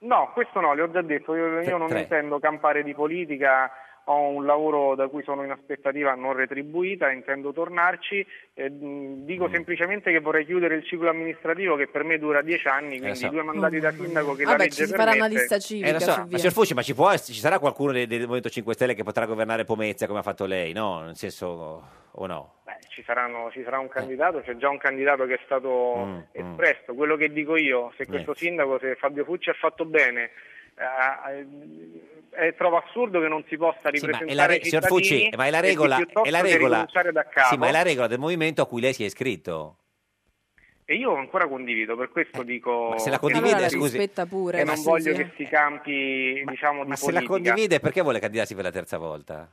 No, questo no, le ho già detto, io, io non
tre.
intendo campare di politica, ho un lavoro da cui sono in aspettativa non retribuita, intendo tornarci, eh, mh, dico
Mm.
semplicemente che vorrei chiudere il ciclo amministrativo che per me dura dieci anni, quindi
Eh, so.
due mandati da sindaco che la
Mm. Vabbè,
legge
ci si farà una
permette.
lista civica
Eh, lo so,
su
ma
via.
signor Fucci, ma ci, può, ci sarà qualcuno del, del Movimento 5 Stelle che potrà governare Pomezia come ha fatto lei, no? Nel senso, o no?
Beh, ci, saranno- ci
Eh.
sarà un candidato, c'è già un candidato che è stato
Mm.
Mm.
espresso. Quello che dico io, se questo
Niente.
sindaco, se Fabio Fucci ha fatto bene, eh, eh, trovo assurdo che non si possa
Sì, ma è la
ripresentare
re-
i
signor
cittadini
Fucci, ma è la
e di
regola,
piuttosto
è la
che
regola,
rinunciare da capo.
sì, ma è la regola del movimento a cui lei si è iscritto.
E io ancora condivido, per questo dico...
Eh, ma se la condivide,
che-
scusi.
Rispetta pure,
che non
scusi,
voglio
eh.
che si campi, diciamo,
Ma
di
se la
politica.
condivide, perché vuole candidarsi per la terza volta?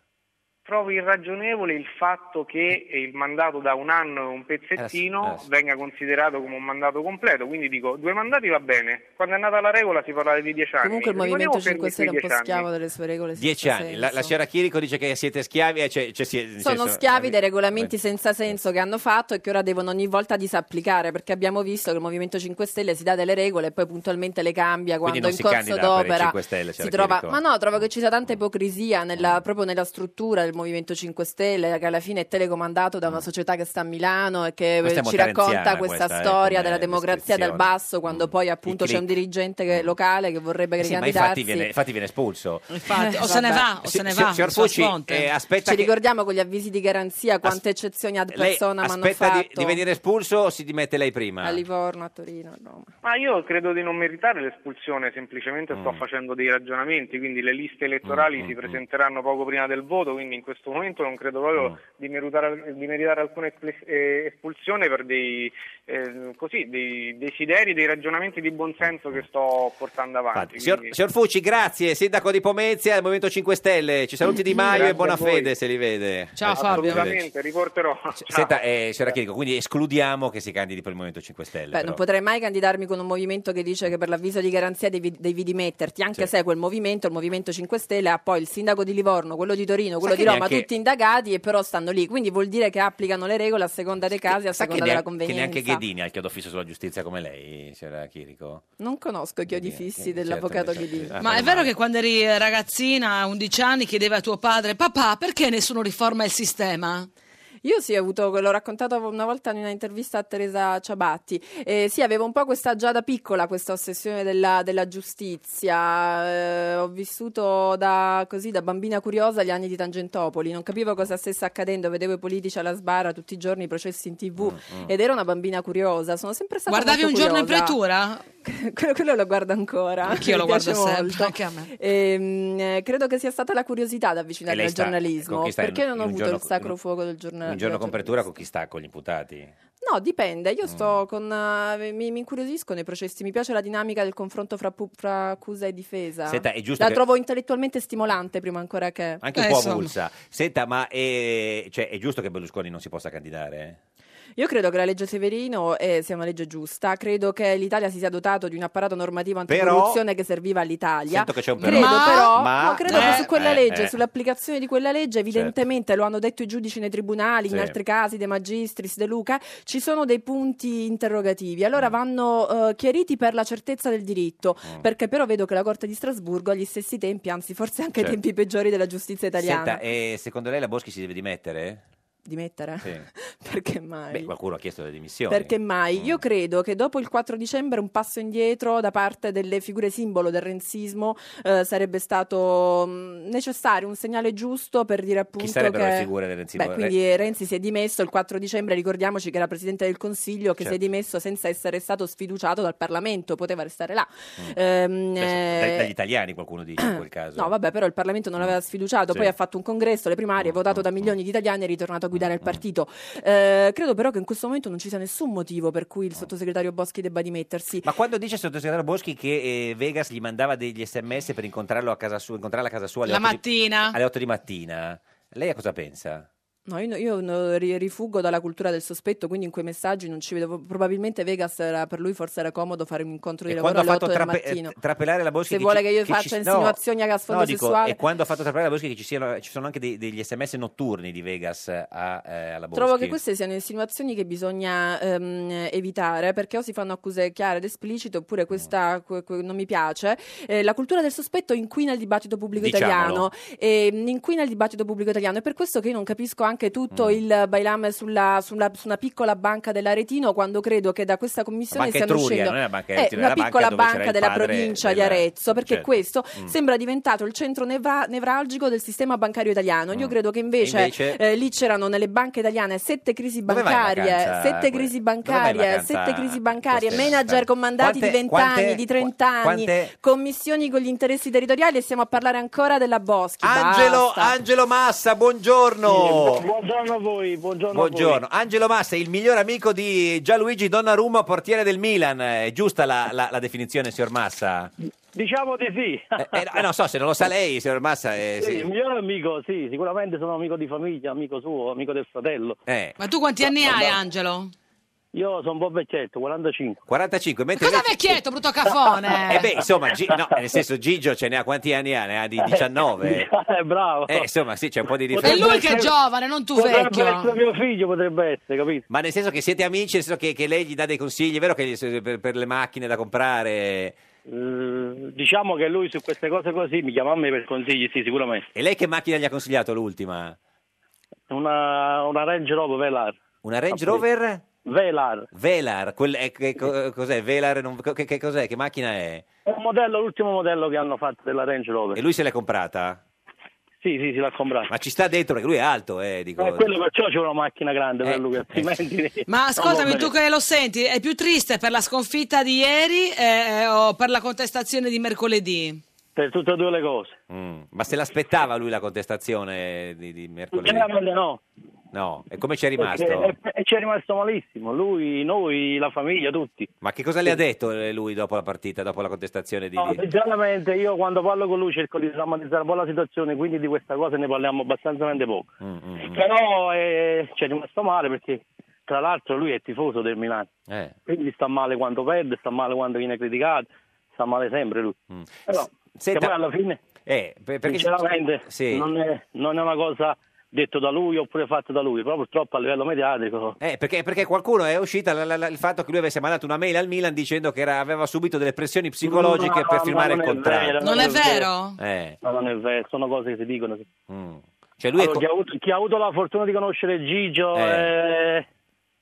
Trovo irragionevole il fatto che il mandato da un anno e un pezzettino
Adesso, adesso.
venga considerato come un mandato completo, quindi dico due mandati va bene, quando è nata la regola si parlava di dieci anni.
Comunque il
Rimaniamo
Movimento 5
fermi
Stelle è un po'
sui dieci anni.
schiavo delle sue regole.
Dieci
senza
anni. La, la
senso.
signora Chirico dice che siete schiavi, eh, cioè, cioè, si- nel
Sono
senso- eh,
schiavi dei regolamenti senza senso che hanno fatto e che ora devono ogni volta disapplicare perché abbiamo visto che il Movimento 5 Stelle si dà delle regole e poi puntualmente le cambia
Quindi
quando
non
in
si
corso
candida per i
d'opera
5 Stelle, Mm.
si
c'era
trova.
Chirico.
Ma no, trovo che ci sia tanta ipocrisia
Mm.
nella- proprio nella struttura del Movimento 5 Stelle che alla fine è telecomandato da
Mm.
una società che sta a Milano e che
Questa è
eh, ci
molto
racconta
renziana
questa,
questa, eh,
storia
come
della democrazia dal
descrizione.
basso quando poi appunto c'è un
click. Mm. Eh
dirigente che- locale che vorrebbe
Sì, ma
ricandidarsi.
infatti viene, infatti viene espulso.
Infatti, o se ne
vabbè.
va, o se ne va.
Signor
sulla
Fucci,
sponte.
eh, aspetta
Ci
che-
ricordiamo con gli avvisi di garanzia quante eccezioni ad
lei
persona hanno
aspetta
fatto
di, di venire espulso o si dimette lei prima?
a Livorno, a Torino, a Roma.
Ma io credo di non meritare l'espulsione,
Mm.
semplicemente sto facendo dei ragionamenti, quindi le liste elettorali si presenteranno poco prima del voto, quindi in questo momento non credo
Mm.
proprio di, meritare, di meritare alcuna espl- eh, espulsione per dei, eh, così, dei desideri, dei ragionamenti di buonsenso che sto portando avanti.
Signor,
quindi-
signor Fucci, grazie, sindaco di Pomezia del Movimento 5 Stelle. Ci saluti Di Maio
Grazie
e buona
a voi.
fede se li vede. Eh, Arrivederci.
Assolutamente, riporterò.
Ah.
Senta, eh, signora Chirico, quindi escludiamo che si candidi per il Movimento 5 Stelle.
Beh,
però.
non potrei mai candidarmi con un movimento che dice che per l'avviso di garanzia devi, devi dimetterti, anche se quel movimento, il Movimento 5 Stelle, ha poi il sindaco di Livorno, quello di Torino, quello
che
di Roma,
neanche-
tutti indagati e però stanno lì. Quindi vuol dire che applicano le regole a seconda dei casi, a
Sa che,
seconda della
neanche- che
convenienza.
neanche Ghedini ha il chiodo fisso sulla giustizia come lei, signora Chirico?
Non conosco i chiodi fissi
certo,
dell'avvocato
certo.
Ghedini.
Ah,
Ma è vero che quando eri eh, ragazzina, a 11 anni, chiedevi a tuo padre, papà, perché nessuno riforma il sistema?
Io sì, ho avuto, l'ho raccontato una volta in un'intervista a Teresa Ciabatti. Eh, sì, avevo un po' questa già da piccola, questa ossessione della, della giustizia. Eh, ho vissuto da, così, da bambina curiosa gli anni di Tangentopoli. Non capivo cosa stesse accadendo, vedevo i politici alla sbarra tutti i giorni, i processi in tv. Ed ero una bambina curiosa. Sono sempre stata
Guardavi
molto
un giorno in
curiosa.
pretura?
*laughs* quello, quello lo guardo ancora.
Anch'io lo
Mi
guardo
piace
sempre,
molto.
anche a me.
Ehm, eh, credo che sia stata la curiosità ad avvicinarmi
E lei
al
sta- con
giornalismo.
chi sta in-
Perché non
in
ho
un
avuto
giorno-
il sacro
in-
fuoco del giornalismo?
Un giorno Mm. con Pretura con chi sta? Con gli imputati?
No, dipende. Io sto con. eh, mi, mi incuriosisco nei processi. Mi piace la dinamica del confronto fra, pu- fra accusa e difesa.
Senta, è giusto
la
che-
trovo intellettualmente stimolante prima ancora che.
Anche un po' avulsa. Senta, ma eh, cioè, è giusto che Berlusconi non si possa candidare?
Io credo che la legge Severino eh, sia una legge giusta. Credo che l'Italia si sia dotato di un apparato normativo
Però-
anticorruzione che serviva all'Italia.
Sento che c'è un
credo
però.
però,
Ma-
no, credo
ma-
che su quella
eh,
legge,
eh. Certo.
sull'applicazione di quella legge, evidentemente lo hanno detto i giudici nei tribunali, in
Sì.
altri casi, De Magistris, De Luca, ci sono dei punti interrogativi.
Mm.
Allora vanno eh, chiariti per la certezza del diritto, perché però vedo che la Corte di Strasburgo ha gli stessi tempi, anzi forse anche
Certo.
i tempi peggiori della giustizia italiana.
Senta, eh, secondo lei la Boschi si deve dimettere?
Dimettere?
Sì.
*laughs* Perché mai?
Beh, qualcuno ha chiesto le dimissioni.
Perché
Mm.
mai? Io credo che dopo il 4 dicembre un passo indietro da parte delle figure simbolo del renzismo eh, sarebbe stato mh, necessario, un segnale giusto per dire appunto
Chi sarebbero
che...
le figure del renzismo?
Beh, quindi eh, Renzi si è dimesso il 4 dicembre, ricordiamoci che era Presidente del Consiglio che si
Certo.
è dimesso senza essere stato sfiduciato dal Parlamento, poteva restare là. Ehm,
Mm. Beh, se-
eh,
dai- dagli italiani qualcuno dice in quel caso.
No, vabbè, però il Parlamento non l'aveva sfiduciato,
Sì.
poi ha fatto un congresso, le primarie, votato da milioni di italiani e è ritornato a guidare
Mm,
il partito. Eh, credo però che in questo momento non ci sia nessun motivo per cui il sottosegretario Boschi debba dimettersi.
Ma quando dice il sottosegretario Boschi che eh, Vegas gli mandava degli sms per incontrarlo a casa sua, incontrarla a casa sua alle,
La
8 di-
mattina?
alle 8 di mattina, lei a cosa pensa?
No, io, no- io no- ri- rifuggo dalla cultura del sospetto, quindi in quei messaggi non ci vedo. Probabilmente Vegas era- per lui forse era comodo fare un incontro di
E
lavoro
quando ha
alle 8
fatto
del
trape- eh,
mattino.
trapelare la Boschi
Se
che
vuole
ci-
che io
ci-
faccia
no,
insinuazioni a sfondo
no, dico,
sessuale.
e quando ha fatto trapelare la Boschi che ci, siano, ci sono anche dei- degli sms notturni di Vegas a, eh, alla Boschi.
Trovo che queste siano insinuazioni che bisogna ehm, evitare perché o si fanno accuse chiare ed esplicite
Mm.
oppure questa que- que- non mi piace. Eh, la cultura del sospetto inquina il dibattito pubblico
Diciamolo.
italiano, e, mh, inquina il dibattito pubblico italiano. È per questo che io non capisco anche tutto
Mm.
il bailame sulla, sulla- su una piccola banca dell'Aretino quando credo che da questa commissione
Banca
stiano
Etruria,
uscendo
non è la banca
Eh,
Etruria,
una
la banca
piccola
dove c'era
banca
il
della
padre
provincia di
della-
Arezzo perché
certo.
questo
Mm.
sembra diventato il centro neva- nevralgico del sistema bancario italiano.
Mm.
Io credo che invece,
Invece-
eh, lì c'erano nelle banche italiane sette crisi
Dove vai in
bancarie,
vacanza,
sette
que-
crisi
dove vai in
bancarie,
vacanza
sette crisi bancarie,
queste-
manager comandati
Quante-
di 20
quante-
anni, di 30 anni,
quante-
commissioni con gli interessi territoriali e stiamo a parlare ancora della Boschi.
Angelo,
Basta.
Angelo Massa, buongiorno.
Buongiorno a voi, buongiorno,
Buongiorno,
a
Angelo Massa, il miglior amico di Gianluigi Donnarumma, portiere del Milan. È giusta la, la- la definizione, signor Massa?
voi. Diciamo di sì.
Eh, no, eh, non so, se non lo sa lei, signor Massa. eh,
*laughs* Sì,
sì.
Il miglior amico, sì, sicuramente sono amico di famiglia, amico suo, amico del fratello.
Eh,
Ma tu quanti anni hai, Angelo?
Io sono un po' vecchietto, 45.
45, mentre
Cosa
invece-
vecchietto, brutto cafone?
Eh beh, insomma, Gi- no, nel senso Gigio ce ne ha quanti anni ha? Ne ha di 19.
Eh, bravo.
Eh, insomma, sì, c'è un po' di
È
differenza.
lui che è giovane, non tu
Potrebbe
vecchio.
essere mio figlio, potrebbe essere, capito?
Ma nel senso che siete amici, nel senso che, che lei gli dà dei consigli, è vero che gli- per, per le macchine da comprare.
Eh, diciamo che lui su queste cose così mi chiama a me per consigli, sì, sicuramente.
E lei che macchina gli ha consigliato l'ultima?
Una, una Range Rover Velar.
Una Range Rover?
Velar.
Velar, quel- eh, che co- cos'è? Velar, non- che, che cos'è? Che macchina è?
È un modello, l'ultimo modello che hanno fatto della Range Rover.
E lui se l'è comprata?
Sì, sì, se l'ha comprata.
Ma ci sta dentro perché lui è alto, eh, dico. Eh,
Eh, quello perciò c'è una macchina grande per lui, altrimenti... *laughs*
Ma ascoltami,
No,
tu che lo senti, è eh, più triste per la sconfitta di ieri eh, o per la contestazione di mercoledì?
per tutte e due le cose.
Mm. Ma se l'aspettava lui la contestazione di, di mercoledì?
Chiaramente no.
No, e come ci è
Perché-
rimasto?
E, e ci è rimasto malissimo, lui, noi, la famiglia, tutti.
Ma che cosa le ha detto eh, lui dopo la partita, dopo la contestazione di...
No,
di-
sinceramente io quando parlo con lui cerco di drammatizzare un po' la situazione, quindi di questa cosa ne parliamo abbastanza poco.
Mm, mm, mm.
Però eh, ci è rimasto male perché tra l'altro lui è tifoso del Milano,
Eh.
quindi sta male quando perde, sta male quando viene criticato, sta male sempre lui. Però,
Mm. Senta-
che poi alla fine,
Eh, per- perché-
sinceramente,
Sì.
non, è, non è una cosa detto da lui oppure fatta da lui, però purtroppo a livello mediatico...
Eh, perché, perché qualcuno è uscita la- la- la- il fatto che lui avesse mandato una mail al Milan dicendo che era- aveva subito delle pressioni psicologiche
No,
per
ma
firmare il
non è
contratto.
vero, Non non è è
vero?
Eh.
No, non è vero, sono cose che si dicono.
Cioè lui è
Allora,
co-
chi, ha avuto, chi ha avuto la fortuna di conoscere Gigio
Eh.
eh,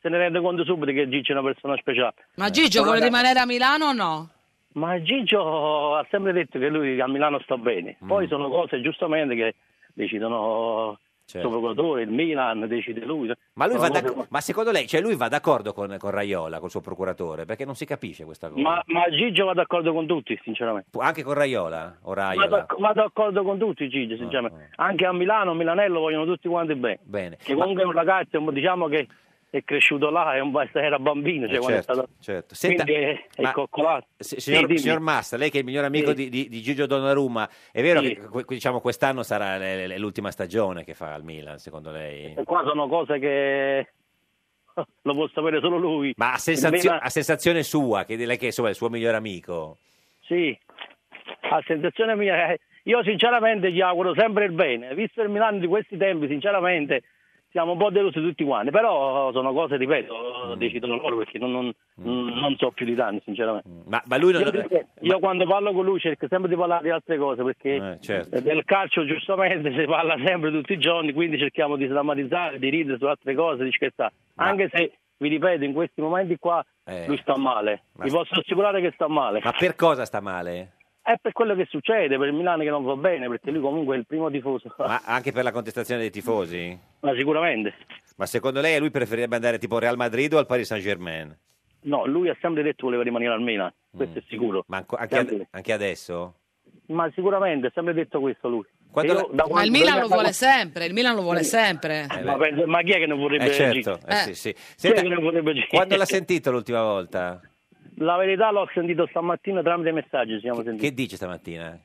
se ne rende conto subito che Gigio è una persona speciale.
Eh,
Eh,
Ma Gigio vuole rimanere a Milano o no?
Ma Gigio ha sempre detto che lui a Milano sta bene.
Mm.
Poi sono cose giustamente che decidono
Certo.
il suo procuratore, il Milan, decide lui.
Ma, lui
Sono
va
cose-
d'accordo- ma secondo lei cioè lui va d'accordo con, con Raiola, col suo procuratore? Perché non si capisce questa cosa.
ma, ma Gigio va d'accordo con tutti, sinceramente.
Anche con Raiola? O
Ma
Raiola? Ah,
d'acc- va d'accordo con tutti Gigio, sinceramente. Anche a Milano, a Milanello vogliono tutti quanti bene.
Bene.
Che comunque è un ragazzo, diciamo che è cresciuto là, è un, era bambino, cioè
Eh,
quando è stato...
certo. Senta,
Quindi è, è
ma-
coccolato.
si-
Sì,
Signor,
dimmi.
signor Massa, lei che è il miglior amico
Sì.
di, di- di Gigio Donnarumma, è vero
Sì.
che que- diciamo, quest'anno sarà le- le- l'ultima stagione che fa al Milan, secondo lei?
E Qua sono cose che *laughs* lo può sapere solo lui.
Ma a, sensazio-
Milan-
a sensazione sua, che lei che insomma, è il suo miglior amico.
Sì, a sensazione mia, eh, io sinceramente gli auguro sempre il bene. Visto il Milano di questi tempi, sinceramente siamo un po' delusi tutti quanti, però sono cose, ripeto, decidono loro perché non, non- non so più di tanto, sinceramente.
Mm. Ma, ma lui non...
Io, dico- io quando parlo con lui cerco sempre di parlare di altre cose perché
Eh, certo.
del calcio giustamente si parla sempre tutti i giorni, quindi cerchiamo di drammatizzare, di ridere su altre cose, di scherzare. Anche se, vi ripeto, in questi momenti qua
Eh.
lui sta male. Vi posso assicurare che sta male.
Ma per cosa sta male?
È per quello che succede, per il Milano che non va bene, perché lui comunque è il primo tifoso. *laughs*
Ma anche per la contestazione dei tifosi?
Ma sicuramente.
Ma secondo lei lui preferirebbe andare tipo al Real Madrid o al Paris Saint Germain?
No, lui ha sempre detto che voleva rimanere al Milano, questo è sicuro.
Mm. Ma anco- anche, ad- anche adesso?
Ma sicuramente ha sempre detto questo lui.
Quando
E io
la-
da
Ma
quando-
il Milan lo
da-
vuole sempre, il Milan lo vuole sempre.
Ma, penso- ma chi è che non vorrebbe
Eh certo,
Gigi?
eh, sì, sì.
Chi è
Senta,
che non vorrebbe Gigi? *laughs*
quando l'ha sentito l'ultima volta?
La verità l'ho sentito stamattina tramite messaggi, ci siamo sentiti.
Che dice stamattina?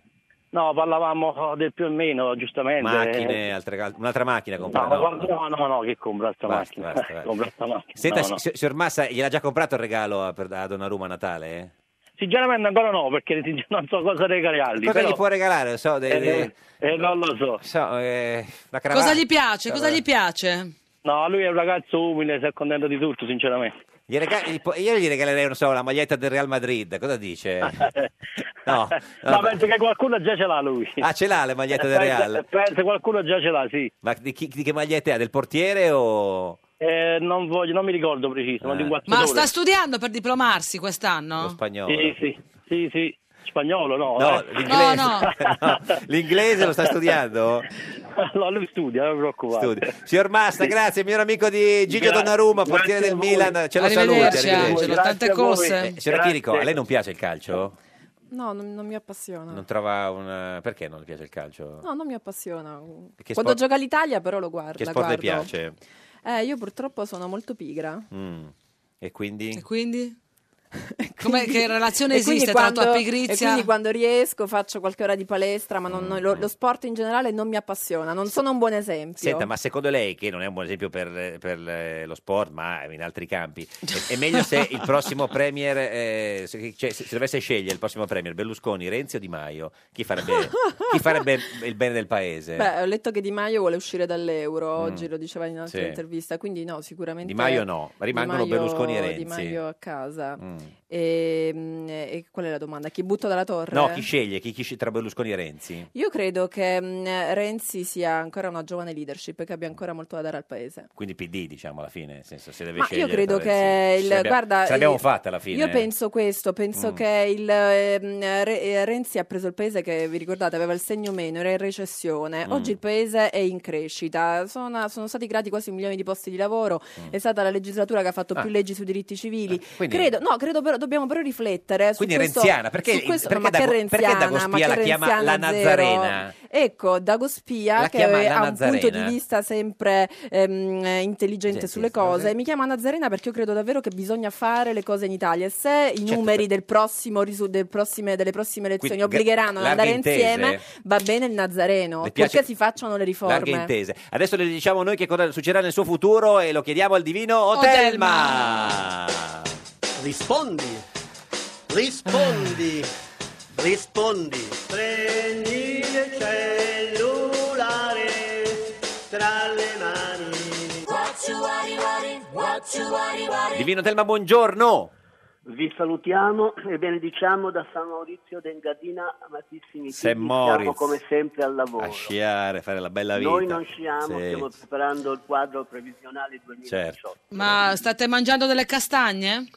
No, parlavamo del più e meno, giustamente.
Macchine, altre cal- un'altra macchina compra?
Eh, No,
no?
no, no, no, no, che compra sta
Basta,
macchina.
basta, basta.
*laughs* Compra sta macchina.
Senta,
no, no.
si- signor Massa, gliel'ha già comprato il regalo a, per, a Donnarumma a Natale? eh?
Sinceramente ancora no, perché *laughs* sin- non so cosa regalargli.
Cosa
però-
gli può regalare? Non so, dei-
Eh,
dei-
eh, non lo so.
so, eh, una cravatta. Eh.
Cosa gli piace? Cosa
Vabbè.
gli piace?
No, lui è un ragazzo umile, si è contento di tutto, sinceramente.
Gli rega- gli po- io gli regalerei, non so, la maglietta del Real Madrid.
*laughs*
Cosa dice? Eh. No,
Ma
vabbè.
penso che qualcuno già ce l'ha lui. Eh,
Ah, ce l'ha le magliette del
Penso-
Real?
Penso qualcuno già ce l'ha, sì.
Ma di, chi- di che magliette ha? Del portiere o...
Eh, non, voglio, non mi ricordo preciso,
Eh.
ma di un
Ma
quattro
sta studiando per diplomarsi quest'anno?
spagnolo?
Sì, sì, sì, sì. Spagnolo, no.
No,
eh.
l'inglese. *laughs*
No,
No, l'inglese lo sta studiando?
*laughs* No, lui studia, non mi preoccupare.
Studia. Signor Massa, grazie, mio amico di Gigio
Gra-
Donnarumma,
grazie
portiere
a
del
voi.
Milan. Ce lo saluti.
Arrivederci,
arrivederci.
Angelo, tante
Grazie a voi.
cose.
Eh,
Grazie.
signora Chirico, a lei non piace il calcio?
No, non, non mi appassiona.
Non trova un... Perché non le piace il calcio?
Ah. No, non mi appassiona. Quando
Che sport-
gioca l'Italia però lo guardo.
che
la
sport le
guardo.
piace?
Eh, io purtroppo sono molto pigra.
Mm. E quindi?
Quindi? Come, che relazione
*laughs* E quindi
esiste tra la tua
quando- E
pigrizia? Mm,
quindi quando riesco faccio qualche ora di palestra, ma non- non- lo, lo sport in generale non mi appassiona, non sono un buon esempio.
Senta, ma secondo lei, che non è un buon esempio per, per eh, lo sport, ma in altri campi, è, è meglio se il prossimo premier, eh, se, cioè, se- se dovesse scegliere il prossimo premier, Berlusconi, Renzi o Di Maio, chi farebbe, chi farebbe il bene del paese?
Beh, ho letto che Di Maio vuole uscire dall'euro,
Mm.
oggi lo diceva in un'altra
Sì.
intervista, quindi no, sicuramente...
Di Maio no,
Di
rimangono
Maio-
Berlusconi e Renzi.
Di Maio a casa.
Mm.
E, mm, e qual è la domanda? Chi butto dalla torre?
No, chi sceglie? Chi, chi sceglie tra Berlusconi e Renzi?
Io credo che mm, Renzi sia ancora una giovane leadership che abbia ancora molto da dare al paese.
Quindi PD, diciamo, alla fine, nel senso, se deve
Ma io
scegliere
credo
tra Renzi.
che
Ce
il
l'abbiamo-
guarda,
ce l'abbiamo
il-
fatta alla fine. eh.
Io penso questo, penso
Mm.
che il ehm, Re- eh, Renzi ha preso il paese che vi ricordate aveva il segno meno, era in recessione.
Mm.
Oggi il paese è in crescita. Sono, sono stati creati quasi un milione di posti di lavoro, è stata la legislatura che ha fatto
Mm. Ah.
più leggi sui diritti civili.
quindi-
Credo, no, credo credo però, dobbiamo però riflettere su
Quindi
questo,
renziana, perché-
su questo- no,
perché
ma che
Dago- perché
renziana,
Dagospia
ma che
la chiama
renziana
la
zero?
Nazarena?
Ecco, Dagospia
La
che ha
chiama la
un punto di
Nazarena.
vista sempre ehm, eh, intelligente
Sì,
sulle
sì,
cose,
sì.
mi chiama Nazarena perché io credo davvero che bisogna fare le cose in Italia e se i
Certo,
numeri del prossimo risu- del prossime- delle prossime elezioni
Quindi,
obbligheranno ad
larghe
andare
intese.
insieme, va bene il Nazareno,
Le piace-
perché si facciano le
Larghe
riforme.
intese. Adesso le diciamo noi che cosa succederà nel suo futuro e lo chiediamo al divino Otelma.
Rispondi, rispondi, rispondi. Prendi il cellulare tra le mani.
Divino Otelma, buongiorno.
Vi salutiamo e benediciamo da San Maurizio d'Engadina, amatissimi
Se
figli,
Moritz.
siamo come sempre al
A
lavoro.
sciare, fare la bella vita.
Noi non sciamo,
Sì,
stiamo preparando il quadro previsionale 2018.
Certo.
Ma state mangiando delle castagne?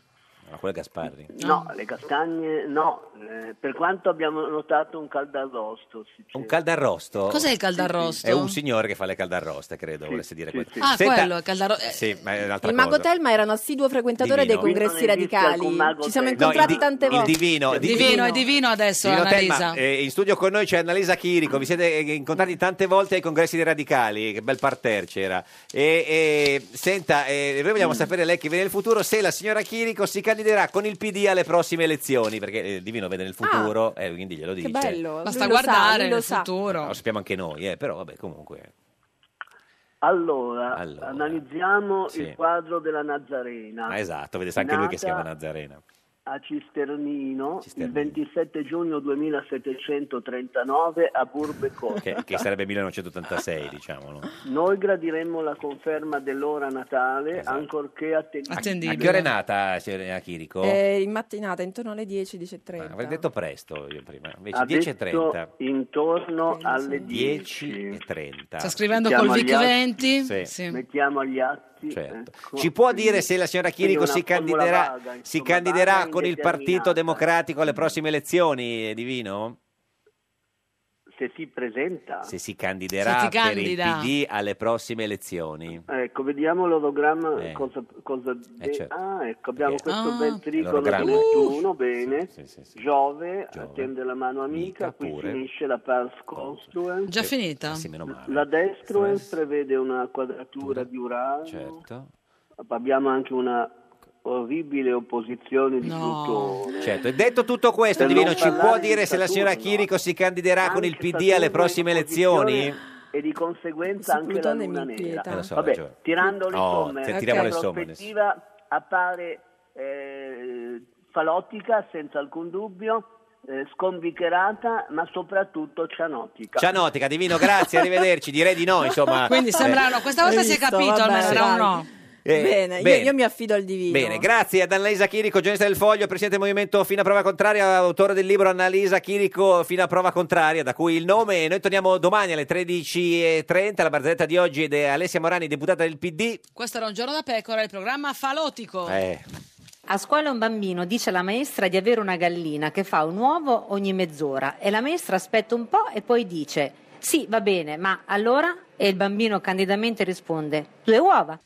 Ma quello è Gasparri.
No, le castagne no, Eh, per quanto abbiamo notato un caldarrosto. sì,
Un caldarrosto.
Cos'è il caldarrosto?
È un signore che fa le caldarroste, credo, volesse dire questo.
Ah,
Senta-
quello, il caldarro- eh,
Sì, ma è un'altra
Il mago
cosa.
Telma era un assiduo frequentatore
Divino.
dei congressi
Qui non esiste alcun
radicali.
mago
Ci siamo
Telma.
incontrati
No, il di-
tante
il
volte.
divino, il divino.
Divino, è divino adesso,
Divino Telma,
Annalisa.
eh, in studio con noi c'è Annalisa Chirico, vi siete eh, incontrati tante volte ai congressi dei radicali, che bel parterre c'era. E, e, senta, eh, noi vogliamo sapere lei che vede nel futuro se la signora Chirico si candiderà con il PD alle prossime elezioni, perché eh, il divino vede nel futuro e quindi glielo dice.
Che bello.
Basta
lui lo sa,
guardare
lui lo
nel
sa.
futuro.
Lo sappiamo anche noi, eh, però vabbè, comunque.
Allora,
Allora.
analizziamo
Sì.
il quadro della Nazarena.
Ah, esatto, vede, sa anche lui che si chiama
Nata
Nazarena.
A Cisternino, il 27 giugno 2739 a Burbeco.
Che, che sarebbe 1986, diciamo. No?
Noi gradiremmo la conferma dell'ora natale, ancorché attendibile.
A che ora è nata, signora Chirico?
Eh, in mattinata, intorno alle 10, 10.30.
Avrei detto presto io prima, invece
Ha
10.30.
detto intorno alle
10.30.
Sta scrivendo col
Mettiamo
Vic
agli atti-
20?
Sì.
Mettiamo agli atti.
Certo.
ecco.
Ci può dire se la signora
Quindi
Chirico
una
si
formula
candiderà,
vaga,
si
insomma,
candiderà
vaga
con il Partito
indeterminata. Mm.
Democratico alle prossime elezioni, eh, Divino?
Se si presenta.
Se si
Se
candiderà
si
per il
candida.
PD alle prossime elezioni.
Ecco, vediamo l'orogramma.
Eh.
Cosa, cosa
Eh, certo.
Ah, ecco, abbiamo questo
Ah.
bel tricolo di
L'orogramma.
Nettuno. Bene. Giove,
Giove.
attende la mano amica. qui
pure.
finisce la Pars Constituens.
Già finita?
Sì, meno male.
La Destruens prevede una quadratura di Urano.
Certo.
Abbiamo anche una orribile opposizione di Plutone.
Certo, e detto tutto
Per
questo,
non
Divino, ci può
parlare di
dire se la signora
Saturno.
Chirico si candiderà con il
Anche
PD alle
Saturno
prossime
in
elezioni?
opposizione E di conseguenza anche la luna nera.
Eh, lo so,
Vabbè,
ragione.
tirando le
Oh,
somme,
ti- tiriamo
la
le somme adesso.
prospettiva appare eh, falottica, senza alcun dubbio, eh, sconvicherata, ma soprattutto cianotica.
Cianotica, Divino, grazie, arrivederci. Direi di no,
*laughs*
insomma.
Quindi sembra
Eh,
no,
questa volta si è
Visto,
capito,
vabbè,
almeno era
dai.
un no.
eh,
bene, io-
bene.
Io, mi affido al divino.
Bene, grazie ad Annalisa Chirico, giornalista del Foglio, presidente del Movimento Fino a Prova Contraria, autore del libro Annalisa Chirico Fino a Prova Contraria, da cui il nome. Noi torniamo domani alle 13.30. La barzelletta di oggi è di Alessia Morani, deputata del PD.
Questo era un giorno da pecora, il programma falotico.
Eh,
A scuola un bambino dice alla maestra di avere una gallina che fa un uovo ogni mezz'ora e la maestra aspetta un po' e poi dice sì, va bene, ma allora? E il bambino candidamente risponde due uova.